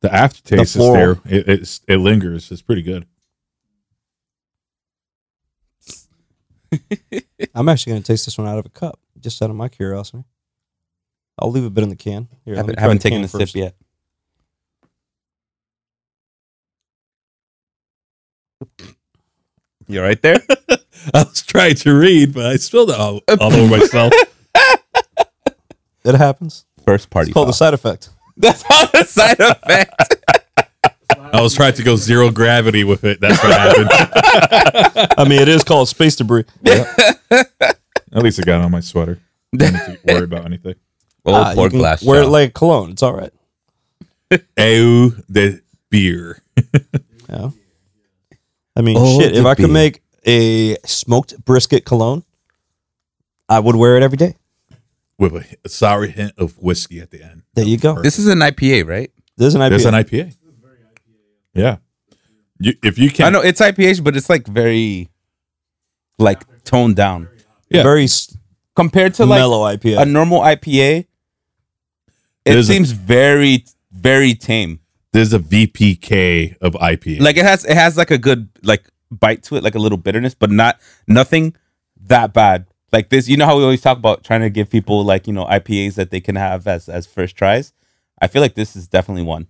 D: The aftertaste
A: The floral.
D: is there. It, it's it lingers. It's pretty good.
A: I'm actually going to taste this one out of a cup, just out of my curiosity. I'll leave a bit in the can. Here, let me
C: haven't,
A: try
C: haven't
A: the can
C: taken a
A: first.
C: sip yet. You all right there?
D: I was trying to read, but I spilled it all, all over myself.
A: It happens.
C: First party.
A: It's called a
C: foul.
A: side effect.
C: That's all the side effect.
D: I was trying to go zero gravity with it. That's what happened.
A: I mean, it is called space debris.
D: At least I got it on my sweater. I don't have to worry about anything.
C: Old
A: Ah, you
C: poor
A: can
C: glass.
A: Wear it
C: jar.
A: like cologne. It's all right.
D: Ew, the beer.
A: Yeah. I mean,
C: Oh,
A: shit. If
C: the
A: I could
C: beer.
A: make a smoked brisket cologne, I would wear it every day.
D: with a, h- a sour hint of whiskey at the end.
A: There you go.
D: Perfect.
C: this is an IPA, right?
A: This is an IPA.
D: That's an IPA. Yeah. You, if you can,
C: I know it's IPH, but it's like very like toned down
D: Yeah.
A: Very s-
C: compared to like
A: mellow IPA.
C: a normal IPA. It
D: There's a-
C: seems very very tame.
D: there's a VPK of IPA.
C: Like it has it has like a good like bite to it, like a little bitterness, but not nothing that bad. Like this, you know how we always talk about trying to give people like you know IPAs that they can have as as first tries. I feel like this is definitely one.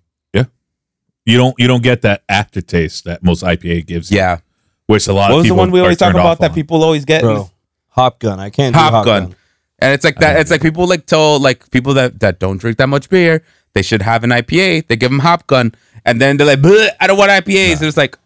D: you don't you don't get that aftertaste that most IPA gives. you,
C: Yeah.
D: which a
C: What
D: lot of
C: was the
D: people
C: one we
D: are
C: always talk
D: turned
C: about
D: off
C: that
D: on.
C: people always get?
A: Bro, Hop gun. I can't do
C: Hop
A: hop
C: gun.
A: gun.
C: And it's like that. It's like people like tell like people that that don't drink that much beer, they should have an IPA. They give them hop gun, and then they're like, "Bleh, I don't want IPAs. And it's like,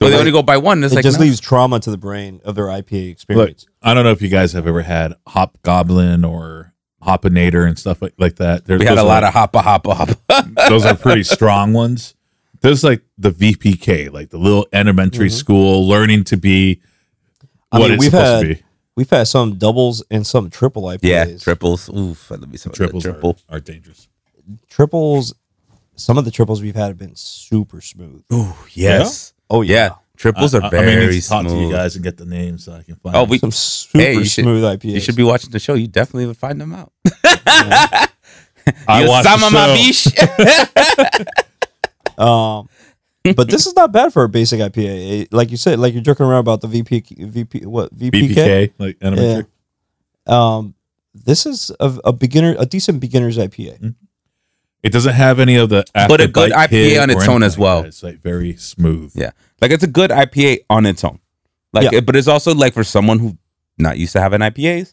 C: well, they
D: way-
C: only go by one. It's
A: It
C: like
A: just
C: no.
A: leaves trauma to the brain of their IPA
D: Look,
A: experience.
D: I don't know if you guys have ever had Hop Goblin or Hopinator and stuff like, like that. There-
C: We had
D: those
C: a
D: are
C: lot
D: like-
C: of hoppa hoppa hoppa.
D: those are pretty strong ones. There's like the VPK, like the little elementary
C: Mm-hmm.
D: school learning to be
A: I
D: what
A: mean,
D: it's
A: we've
D: supposed
A: had
D: to be.
A: We've had some doubles and some triple IPAs.
C: yeah, triples. Oof, let me see.
D: Triples
C: triple.
D: Are, are dangerous.
A: triples. Some of the triples we've had have been super smooth.
C: Oh yes.
A: Oh
C: Yeah.
A: yeah,
C: Triples
D: I-
C: are
D: I- I may
C: very
D: need to talk
C: smooth.
D: to you guys and get the names so I can find.
C: Oh,
D: them.
C: we.
A: some super
C: Hey, you should-
A: smooth IPAs.
C: You should be watching the show. You definitely would find them out.
D: I
C: You
D: watched the
C: sama ma
D: show.
C: bish.
A: Um, but this is not bad for a basic IPA. It- like you said, like you're joking around about the VP, VP, what VPK.
D: BPK, like elementary.
A: Um, this is a, a beginner, a decent beginner's IPA.
D: It doesn't have any of the
C: But a good
D: afterbite
C: IPA
D: hit
C: on
D: or
C: its own
D: anything
C: as
D: like
C: well.
D: that. It's like very smooth.
C: Yeah. Like it's a good IPA on its own. Like
A: Yeah.
C: it- but it's also like for someone who not used to having IPAs,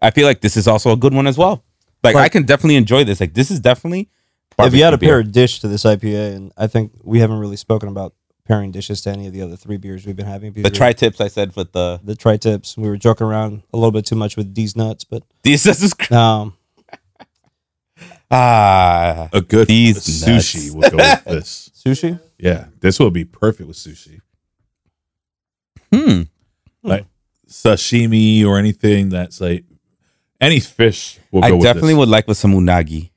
C: I feel like this is also a good one as well. Like I
A: Right.
C: can definitely enjoy this. Like this is definitely
A: if you had a
C: barbecue beer.
A: paired dish to this IPA, and I think we haven't really spoken about pairing dishes to any of the other three beers we've been having.
C: the tri tips I said with the
A: the tri tips. We were joking around a little bit too much with these nuts, but
C: these this is cr-
A: um,
C: ah
D: A good
C: These
D: sushi
C: nuts.
D: will go with this.
A: sushi.
D: Yeah, this will be perfect with sushi,
C: hmm.
D: sashimi, or anything that's like any fish will go
C: I
D: with
C: definitely
D: this.
C: would like with some unagi.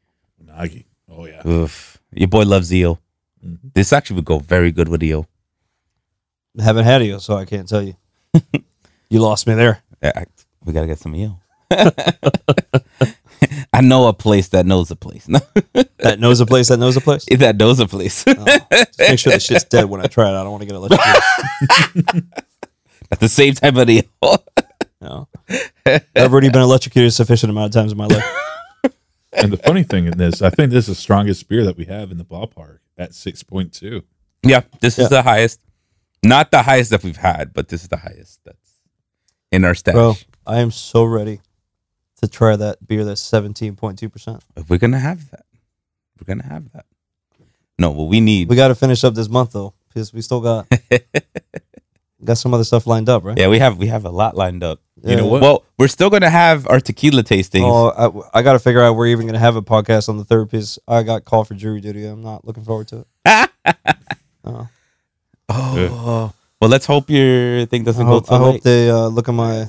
D: Unagi. Oh yeah.
C: Oof. Your boy loves eel.
A: Mm-hmm.
D: Mhm.
C: This actually would go very good with E eel.
A: Haven't had you, so I can't tell you. you lost me there.
C: Yeah, Uh, I- we gotta get some eel. I know a place that knows a place. No,
A: That knows a place. That knows a place.
C: that knows a place.
A: Just make sure the shit's dead when I try it. I don't want to get it. electrocuted.
C: at the same time E of the
A: No. I've already been electrocuted a sufficient amount of times in my life.
D: And the funny thing in this, I think this is the strongest beer that we have in the ballpark at six point two.
C: yeah this
A: Yeah.
C: is the highest not the highest that we've had but this is the highest that's in our stash
A: Bro, I am so ready to try that beer that's 17.2%.
C: if we're gonna have that we're gonna have that no what we need
A: We got to finish up this month, though, because we still got got some other stuff lined up, right?
C: yeah we have we have a lot lined up
A: You know Yeah. what?
C: well we're still gonna have our tequila tastings
A: Oh, I, I got to figure out if we're even going to have a podcast on the third piece. I got called for jury duty. I'm not looking forward to it. Oh.
C: Oh. well let's hope your thing
A: I
C: doesn't go
A: hope,
C: too
A: I hope
C: late.
A: they uh, look at my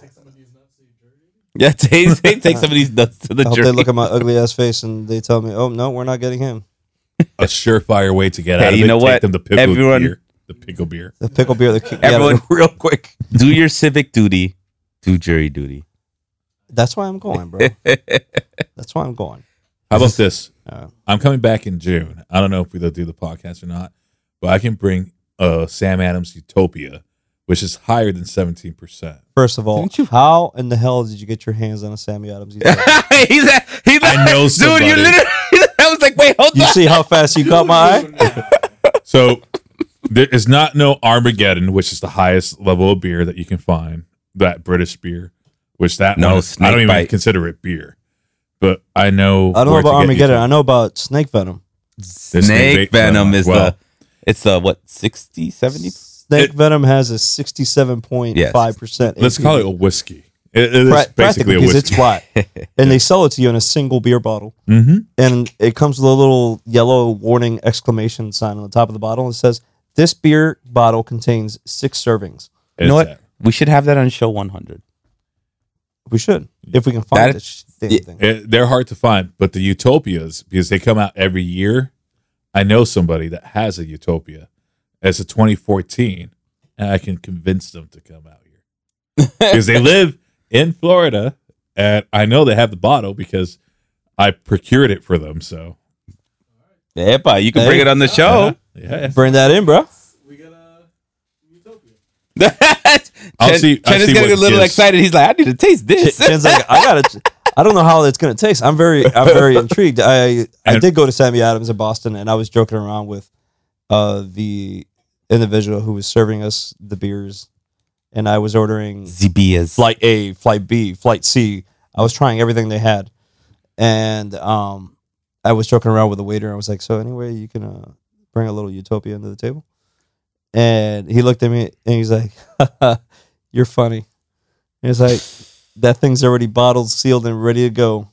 C: yeah taste, take some of these nuts to the
A: I hope
C: jury
A: they look at my ugly ass face and they tell me, "Oh no, we're not getting him."
D: A surefire way to get
C: Hey,
D: out of
C: you
D: it.
C: know
D: Take
C: what?
D: them the pickle
C: Everyone-
D: beer. The pickle beer.
A: The pickle beer, the yeah,
C: everyone real quick do your civic duty do jury duty
A: That's why I'm going, bro. That's why I'm going.
D: How about this?
A: Uh,
D: I'm coming back in June. I don't know if we'll do the podcast or not, but I can bring uh, Sam Adams Utopia, which is higher than 17%.
A: First of all,
C: Didn't you-
A: how in the hell did you get your hands on a Sammy Adams? You,
C: he's a, he's
D: I
C: like,
D: know
C: dude.
D: somebody.
C: You literally. I was like, wait, hold
A: you
C: on.
A: see how fast you caught my eye?
D: So there is not no Armageddon, which is the highest level of beer that you can find, that British beer, which that
C: No,
D: one is- I
C: Snake
D: don't even
C: Bite.
D: consider it beer. But I know
A: I don't know
D: where to
A: about
D: get
A: Armageddon.
D: Utopia.
A: I know about snake venom.
D: There's
C: Snake
D: bait
C: venom
D: as
C: is
D: well.
C: the. It's the what 60, 70?
A: Snake venom has a sixty-seven point five percent.
D: Let's call it a whiskey. It, it is basically a
A: because
D: whiskey.
A: it's flat, and they sell it to you in a single beer bottle,
D: mm-hmm.
A: and it comes with a little yellow warning exclamation sign on the top of the bottle. It says, "This beer bottle contains six servings."
C: You know what? We should have that on show one hundred.
A: We should, if we can find
C: That-
A: this sh- damn
C: Yeah.
A: thing.
D: It, Eh, they're hard to find, but the utopias because they come out every year. I know somebody that has a utopia, as a 2014, and I can convince them to come out here because they live in Florida, and I know they have the bottle because I procured it for them. So
C: Epa, you can bring
A: Hey.
C: it on the
D: uh,
C: show.
D: yeah,
A: Bring that in, bro.
E: We got a Utopia.
D: I'll
C: Chen-
D: see- I'll
C: Chen is
D: see
C: getting a
D: what
C: little
D: gives.
C: excited. He's like, I need to taste this.
A: Jen's like, I gotta. I don't know how it's gonna taste. I'm very, I'm very intrigued. I, I
D: And-
A: did go to Sammy Adams in Boston, and I was joking around with uh, the individual who was serving us the beers, and I was ordering
C: Zibias.
A: flight A, flight B, flight C. I was trying everything they had, and um, I was joking around with the waiter. I was like, "So anyway, you can uh, bring a little utopia into the table." And he looked at me and he's like, "You're funny." And it's like that thing's already bottled, sealed, and ready to go.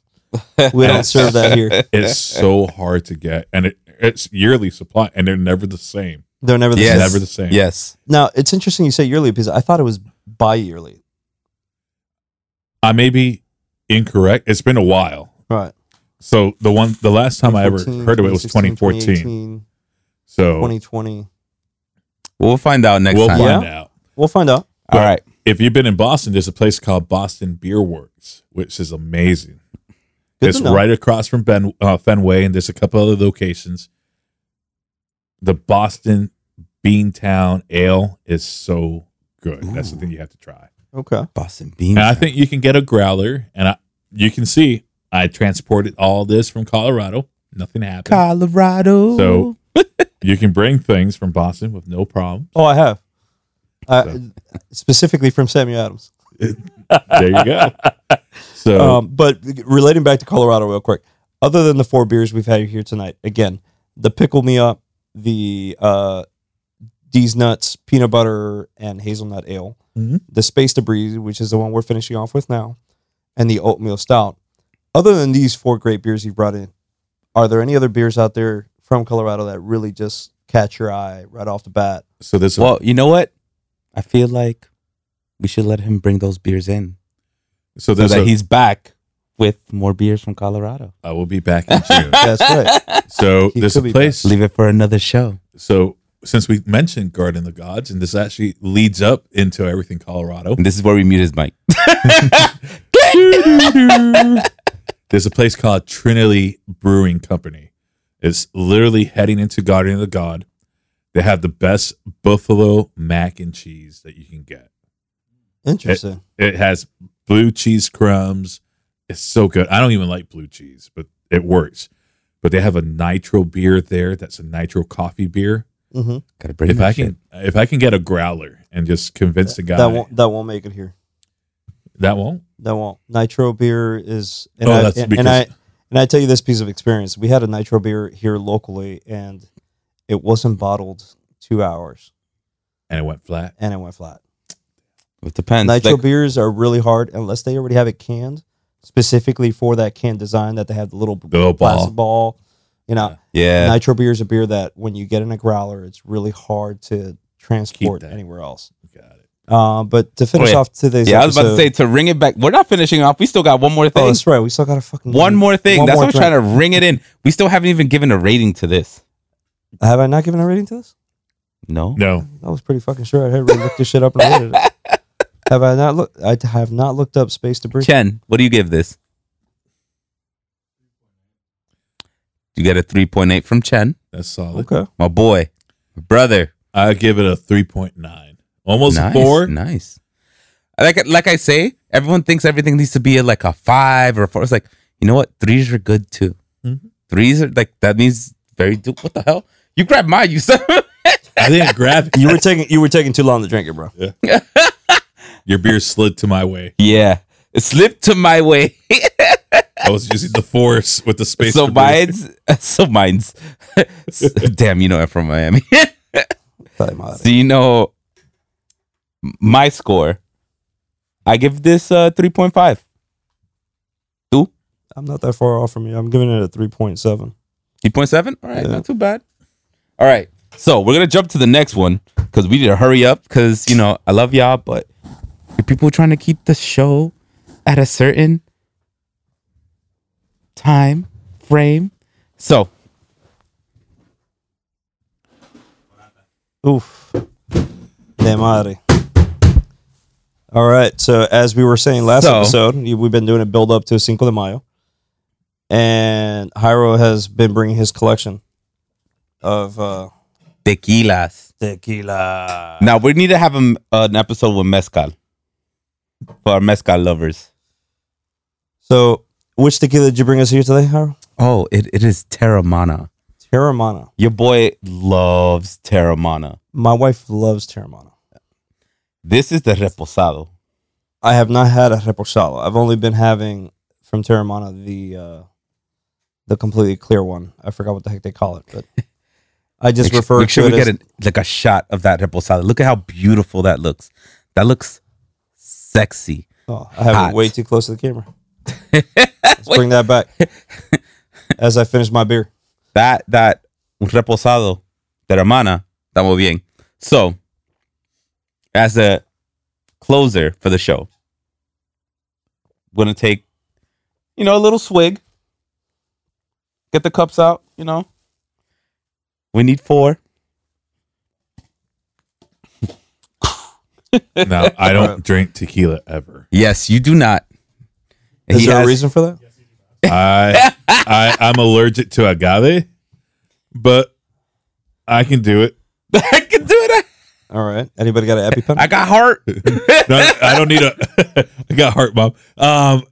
A: We don't serve that here.
D: it's so hard to get, and it, it's yearly supply, and they're never the same.
A: They're never the
C: Yes.
A: same.
D: Never the same.
C: Yes.
A: Now it's interesting you say yearly because I thought it was bi-yearly.
D: I may be incorrect. It's been a while.
A: Right.
D: So the one, the last time I ever
A: 2014,
D: heard of it was 2014.
A: 2018,
D: So
A: 2020.
C: We'll find out next
D: we'll
C: time.
D: find out.
A: We'll find out.
C: All right.
D: If you've been in Boston, there's a place called Boston Beer Works, which is amazing.
A: Good
D: it's
A: to know.
D: right across from ben, uh, Fenway, and there's a couple other locations. The Boston Beantown Ale is so good. That's the thing you have to try.
A: Okay.
C: Boston Beans.
D: And I think you can get a growler, and I, you can see I transported all this from Colorado. Nothing happened.
C: Colorado.
D: So you can bring things from Boston with no problem.
A: Oh, I have. Uh, specifically from Samuel Adams.
D: There you go. So
A: Um, but relating back to Colorado real quick, other than the four beers we've had here tonight, again, the pickle me up, the uh, these nuts, peanut butter, and hazelnut ale,
D: Mhm.
A: the space debris, which is the one we're finishing off with now, and the oatmeal stout. Other than these four great beers you brought in, are there any other beers out there from Colorado that really just catch your eye right off the bat?
D: so this
C: well, you know what? I feel like we should let him bring those beers in
D: so
C: so
D: there's
C: that
D: a-
C: he's back with more beers from Colorado.
D: I will be back in June.
A: That's right.
D: So
A: He
D: there's
A: could
D: a
A: be
D: place.
C: Leave it for another show.
D: So since we mentioned Garden of the Gods, and this actually leads up into everything Colorado,
C: And this is where we mute his mic.
D: there's a place called Trinity Brewing Company. It's literally heading into Garden of the God. They have the best buffalo mac and cheese that you can get.
A: Interesting.
D: It has blue cheese crumbs. It's so good. I don't even like blue cheese, but it works. But they have a nitro beer there. That's a nitro coffee beer.
A: hmm
C: Gotta bring
D: if
C: that
D: I
C: shit.
D: can, if I can get a growler and just convince the guy
A: That won't that won't make it here.
D: that won't.
A: that won't. Nitro beer is, and,
D: Oh,
A: I,
D: that's
A: and,
D: because-
A: and I and I tell you this piece of experience. We had a nitro beer here locally, and it wasn't bottled two hours,
D: and it went flat.
A: and it went flat.
C: It depends.
A: nitro
C: Like,
A: beers are really hard unless they already have it canned, specifically for that can design that they have the little
D: The little ball.
A: plastic ball. You know,
C: yeah.
A: nitro beer is a beer that when you get in a growler, it's really hard to transport
D: that.
A: anywhere else.
D: Got it.
A: Uh, but to finish
C: Oh, yeah.
A: off today's,
C: Yeah, I was about to
A: episode-
C: say to ring it back. We're not finishing off. We still got one more
A: Oh,
C: thing.
A: that's right. We still got a fucking
C: one more thing.
A: one
C: That's
A: more
C: what I'm trying to ring it in. We still haven't even given a rating to this.
A: Have I not given a rating to this?
C: No.
D: No,
A: I was pretty fucking sure I had already looked this shit up and rated it. Have I not looked? I have not looked up space debris.
C: Chen, what do you give this? You get a 3.8 from Chen,
D: that's solid.
A: Okay,
C: my boy, my brother.
D: I give it a three point nine, almost
C: nice,
D: four.
C: Nice. Like like I say, everyone thinks everything needs to be like a five or a four. It's like you know what, threes are good too. Mm-hmm.
D: Mhm.
C: Threes are like that means very. Do- what the hell? You grabbed mine, you son. of a-
D: I didn't grab it.
A: you were taking you were taking too long to drink it, bro.
D: Your beer slid to my way.
C: yeah, it slipped to my way.
D: I was using the force with the space.
C: so
D: debris.
C: mine's so mine's. Damn, you know I'm from Miami.
A: Thought I'm out of
C: so
A: it.
C: you know my score. I give this uh, three point five.
A: I'm not that far off from you. I'm giving it a three point seven.
C: 3.7? All right,
A: Yeah.
C: not too bad. All right. So we're gonna jump to the next one because we need to hurry up because you know I love y'all, but the people trying to keep the show at a certain time frame. So
A: Oof. Damn mighty. All right. So as we were saying last
C: So-
A: episode, y- we've been doing a build up to Cinco de Mayo, and Hyro has been bringing his collection of uh,
C: Tequilas.
A: tequila.
C: Now we need to have a, an episode with mezcal for our mezcal lovers.
A: So which tequila did you bring us here today, Hyro?
C: Oh, it, it is Terramana.
A: Terramana.
C: Your boy loves Terramana.
A: My wife loves Terramana.
C: This is the reposado.
A: I have not had a reposado. I've only been having from Terramana the uh, the completely clear one. I forgot what the heck they call it, but I just
C: make,
A: refer
C: make sure
A: to
C: we
A: it as
C: get an, like a shot of that reposado. Look at how beautiful that looks. That looks sexy.
A: Oh, I have
C: Hot.
A: it way too close to the camera. Let's bring that back as I finish my beer.
C: That that un reposado Terramana. Estamos bien. So, as a closer for the show, gonna take you know a little swig. Get the cups out. You know, we need four.
D: No, I don't drink tequila ever.
C: Yes, you do not.
A: Is
C: He
A: there
C: has-
A: a reason for that?
D: I, I I'm allergic to agave, but I can do it.
C: I can do it.
A: All right. Anybody got an EpiPen?
C: I, I got heart.
D: No, I don't need a. I got heart, mom. Um,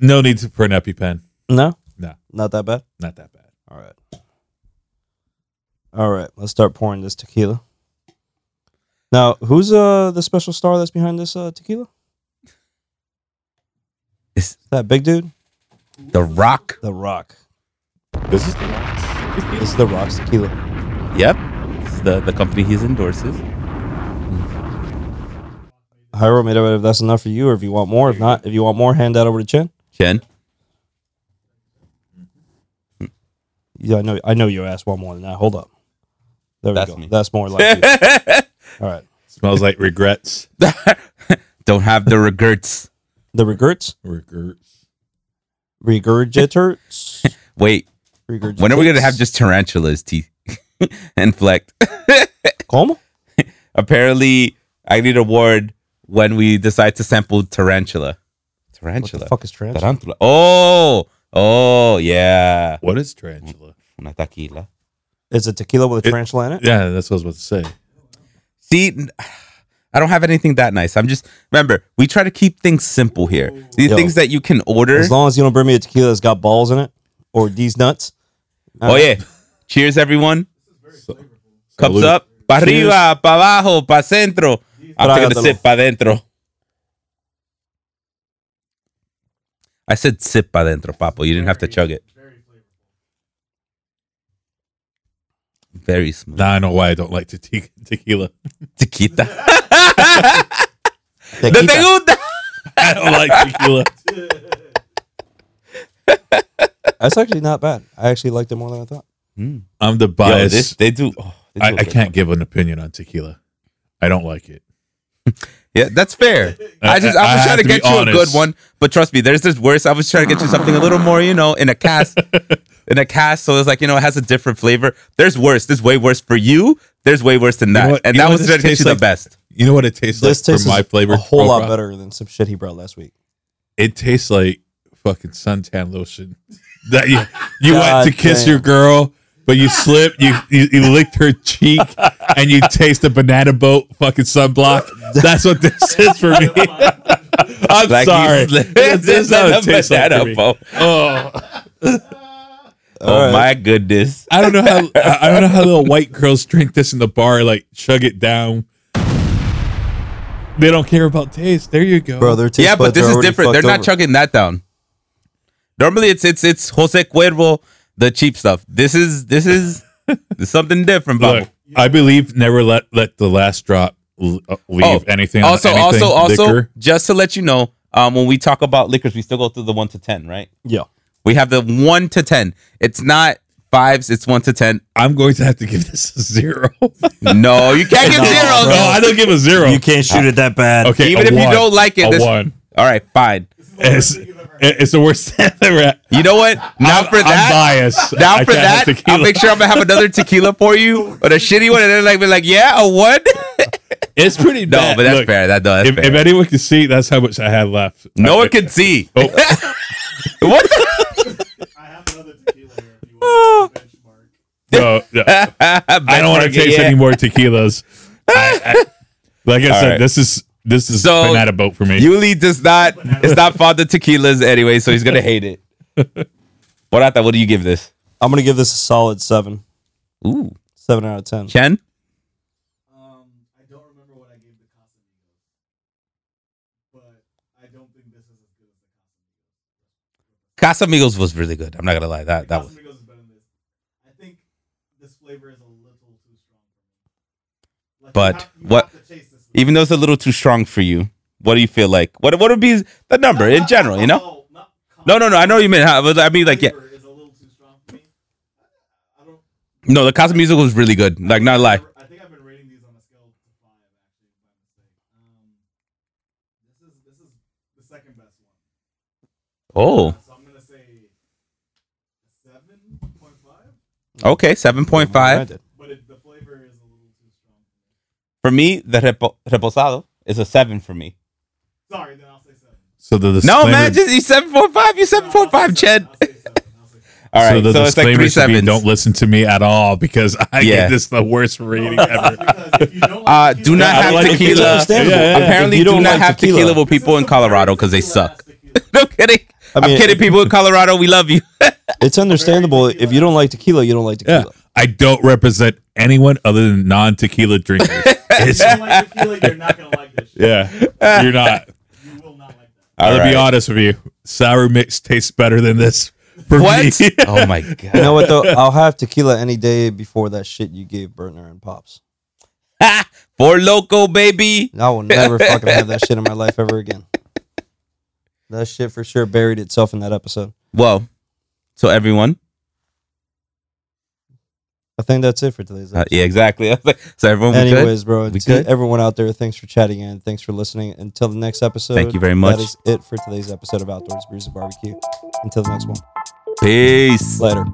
D: no need for an EpiPen.
A: no.
D: No.
A: Not that bad.
D: Not that bad.
A: All right. All right. Let's start pouring this tequila. Now, who's uh the special star that's behind this uh, tequila?
C: It's-
A: that big dude?
C: the Rock.
A: The Rock.
D: This is
A: This is the Rock's tequila.
C: Yep. This is the the company he's endorses.
A: Hyro made up if that's enough for you, or if you want more. If not, if you want more, hand that over to Chen.
C: Chen.
A: Yeah, I know. I know your ass want more than that. Hold up. There
C: That's
A: we go.
C: me.
A: That's more like it. All right.
D: smells like regrets.
C: Don't have the regrets.
A: The regrets,
D: Regrets.
A: regurgitates,
C: Wait,
A: regurgitates.
C: when are we gonna have just tarantulas teeth and flecked?
A: Como?
C: Apparently, I need a word when we decide to sample tarantula.
A: What the
C: Tarantula.
A: fuck is trans?
C: Tarantula. Oh, oh yeah.
D: What is tarantula?
C: Una tequila.
A: Is it tequila with a
D: It-
A: tarantula in it?
D: Yeah, that's what I was about to say.
C: See, n- I don't have anything that nice. I'm just remember we try to keep things simple here. These
A: Yo.
C: things that you can order.
A: As long as you don't bring me a tequila that's got balls in it or these nuts.
C: Oh yeah. Cheers, everyone. Cups
D: Salud.
C: up. Pa
A: Cheers.
C: arriba, pa abajo, pa centro. I'm taking a
A: Trágatelo.
C: sip pa dentro. I said sip pa dentro, papo. You didn't have to chug it. Very smooth.
D: Now I know why I don't like to te- tequila.
C: Tequila. No te
A: Tequila.
C: gusta.
D: I don't like tequila.
A: That's actually not bad. I actually liked it more than I thought.
D: I'm the
C: Yo,
D: bias.
C: this- they do. oh, they
D: I,
C: do a
D: I
C: good
D: can't
C: job.
D: give an opinion on tequila. I don't like it.
C: Yeah, that's fair. I just I,
D: I
C: was
D: have
C: trying to,
D: to be
C: get you a good
D: honest.
C: one, but trust me, there's this worse. I was trying to get you something a little more, you know, in a cast, in a cast. So it's like you know, it has a different flavor. There's worse. There's way worse for you. There's way worse than
D: know
C: that.
D: what-
C: and
D: you know
C: that
D: what
C: was
D: this
C: trying to get
D: tastes
C: you the
D: like?
C: best.
D: You know what it tastes
A: This
D: like
A: tastes
D: for my flavor?
A: a whole lot
D: profile?
A: better than some shit he brought last week.
D: It tastes like fucking suntan lotion that you you
A: God
D: went to kiss
A: damn.
D: your girl, but you slipped, you, you you licked her cheek, and you taste the banana boat fucking sunblock. That's what this is for me. I'm
C: Like
D: sorry.
C: this
D: This is how it tastes like for me. Oh,
C: Oh my goodness.
D: I don't know how I I don't know how little white girls drink this in the bar, like chug it down. They don't care about taste. There you go,
A: Brother,
C: yeah, but this is different. They're not chugging that down. Normally, it's it's it's Jose Cuervo, the cheap stuff. This is this is something different, Bubble.
D: Look, I believe never let let the last drop l- uh, leave anything. on
C: Oh, Also,
D: anything
C: also, also,
D: liquor.
C: just to let you know, um, when we talk about liquors, we still go through the one to ten, right?
A: Yeah.
C: We have the one to ten. It's not fives. It's one to ten.
D: I'm going to have to give this a zero. no,
C: No, you can't get
A: No,
C: zeros.
A: bro.
D: I don't give a zero.
A: You can't shoot it that bad.
D: Okay,
C: Even
D: a
C: if you
D: one.
C: don't like it,
D: a
C: this-
D: one.
C: All right, fine.
D: It's- It- It's the worst death ever.
C: You know what? Now
D: I'm,
C: for that.
D: I'm biased.
C: Now
D: I
C: for
D: can't have
C: that, I'll
D: tequila.
C: make sure I'm gonna have another tequila for you, but a shitty one, and then like be like, yeah, a what?
D: it's pretty.
C: no,
D: bad.
C: but that's
D: Look,
C: fair. That no, that's
D: If,
C: fair.
D: if anyone can see, that's how much I had left.
C: no
D: I-
C: one can see.
D: Oh.
C: what? the-
E: I have another tequila here if you want to benchmark.
D: No, no. I don't want to taste any more tequilas. I, I, like I
C: All
D: said,
C: right.
D: this is this is
C: So,
D: banana boat for me.
C: Yuli does not. It's not fond of tequilas anyway, so he's gonna hate it. Borata, what do you give this?
A: I'm gonna give this a solid seven,
C: Ooh,
A: seven out of ten.
C: Chen.
E: Um, I don't remember what I gave the Casamigos, but I don't think this is as good as
C: Casamigos was really good. I'm not gonna lie. That
E: the
C: that was.
E: Casamigos. Casamigos is better than this. I think this flavor is a little too strong. Like, you
C: But
E: have- you
C: what-
E: have to taste this
C: even though it's a little too strong for you, what do you feel like? What what would be the number in general? You know?
E: Alcohol, not
C: No, no, no. I know what you mean. How- but I mean, like, yeah.
E: Flavor is a little too strong for me. I don't.
C: No, the Casa Music was really good. Like, not lie.
E: I think I've been rating these on a scale to five, actually, by mistake. Um, this is this is the second best one.
C: Oh,
E: So I'm gonna say seven point five,
C: okay, seven point five
E: but it, the flavor is a little too strong.
C: for me. The repo, reposado is a seven for me.
E: Sorry, then I'll say seven.
D: So the
C: No,
D: disclaimer-
C: man, just you seven point five. You seven point five, Chad.
E: I'll say seven. I'll say seven.
C: All
D: so
C: right, so,
D: the
C: it's like
D: disclaimer
C: three
D: should be,
C: sevens.
D: don't listen to me at all because I
C: Yeah.
D: gave this the worst rating
E: No, this is
D: ever.
E: because if you don't
C: Uh,
E: like
C: do
E: tequila-
C: not
D: I
C: have
D: like
C: tequila.
D: tequila.
A: Understandable.
D: Yeah, yeah, yeah.
C: Apparently,
A: If you
C: do
A: don't
C: not
A: like
C: have tequila.
A: tequila.
C: with people in Colorado because they
E: Tequila
C: suck.
E: has tequila.
C: No kidding. I
A: I mean-
C: am kidding. People in Colorado, we love you.
A: It's understandable. If you don't like tequila, you don't like
D: Yeah.
A: tequila.
D: I don't represent anyone other than non tequila drinkers. It's-
E: If you don't like tequila, you're not gonna like this. Shit.
D: yeah, you're not.
E: You will not like that.
C: All
D: I'll
C: right.
D: be honest with you. Sour mix tastes better than this for
C: What?
D: me.
C: oh my god.
A: You know what though? I'll have tequila any day before that shit you gave Burner and Pops.
C: Ha! Four loco, baby.
A: I will never fucking have that shit in my life ever again. That shit for sure buried itself in that episode.
C: Well, so everyone, uh,
A: I think that's it for today's
C: uh,
A: episode.
C: yeah, exactly. I was like, so everyone, we good?
A: Anyways, bro,
C: We
A: to
C: good?
A: everyone out there, thanks for chatting in. Thanks for listening. Until the next episode.
C: Thank you very much.
A: That is it for today's episode of Outdoors Brews and Barbecue. Until the next one.
C: Peace.
A: Later.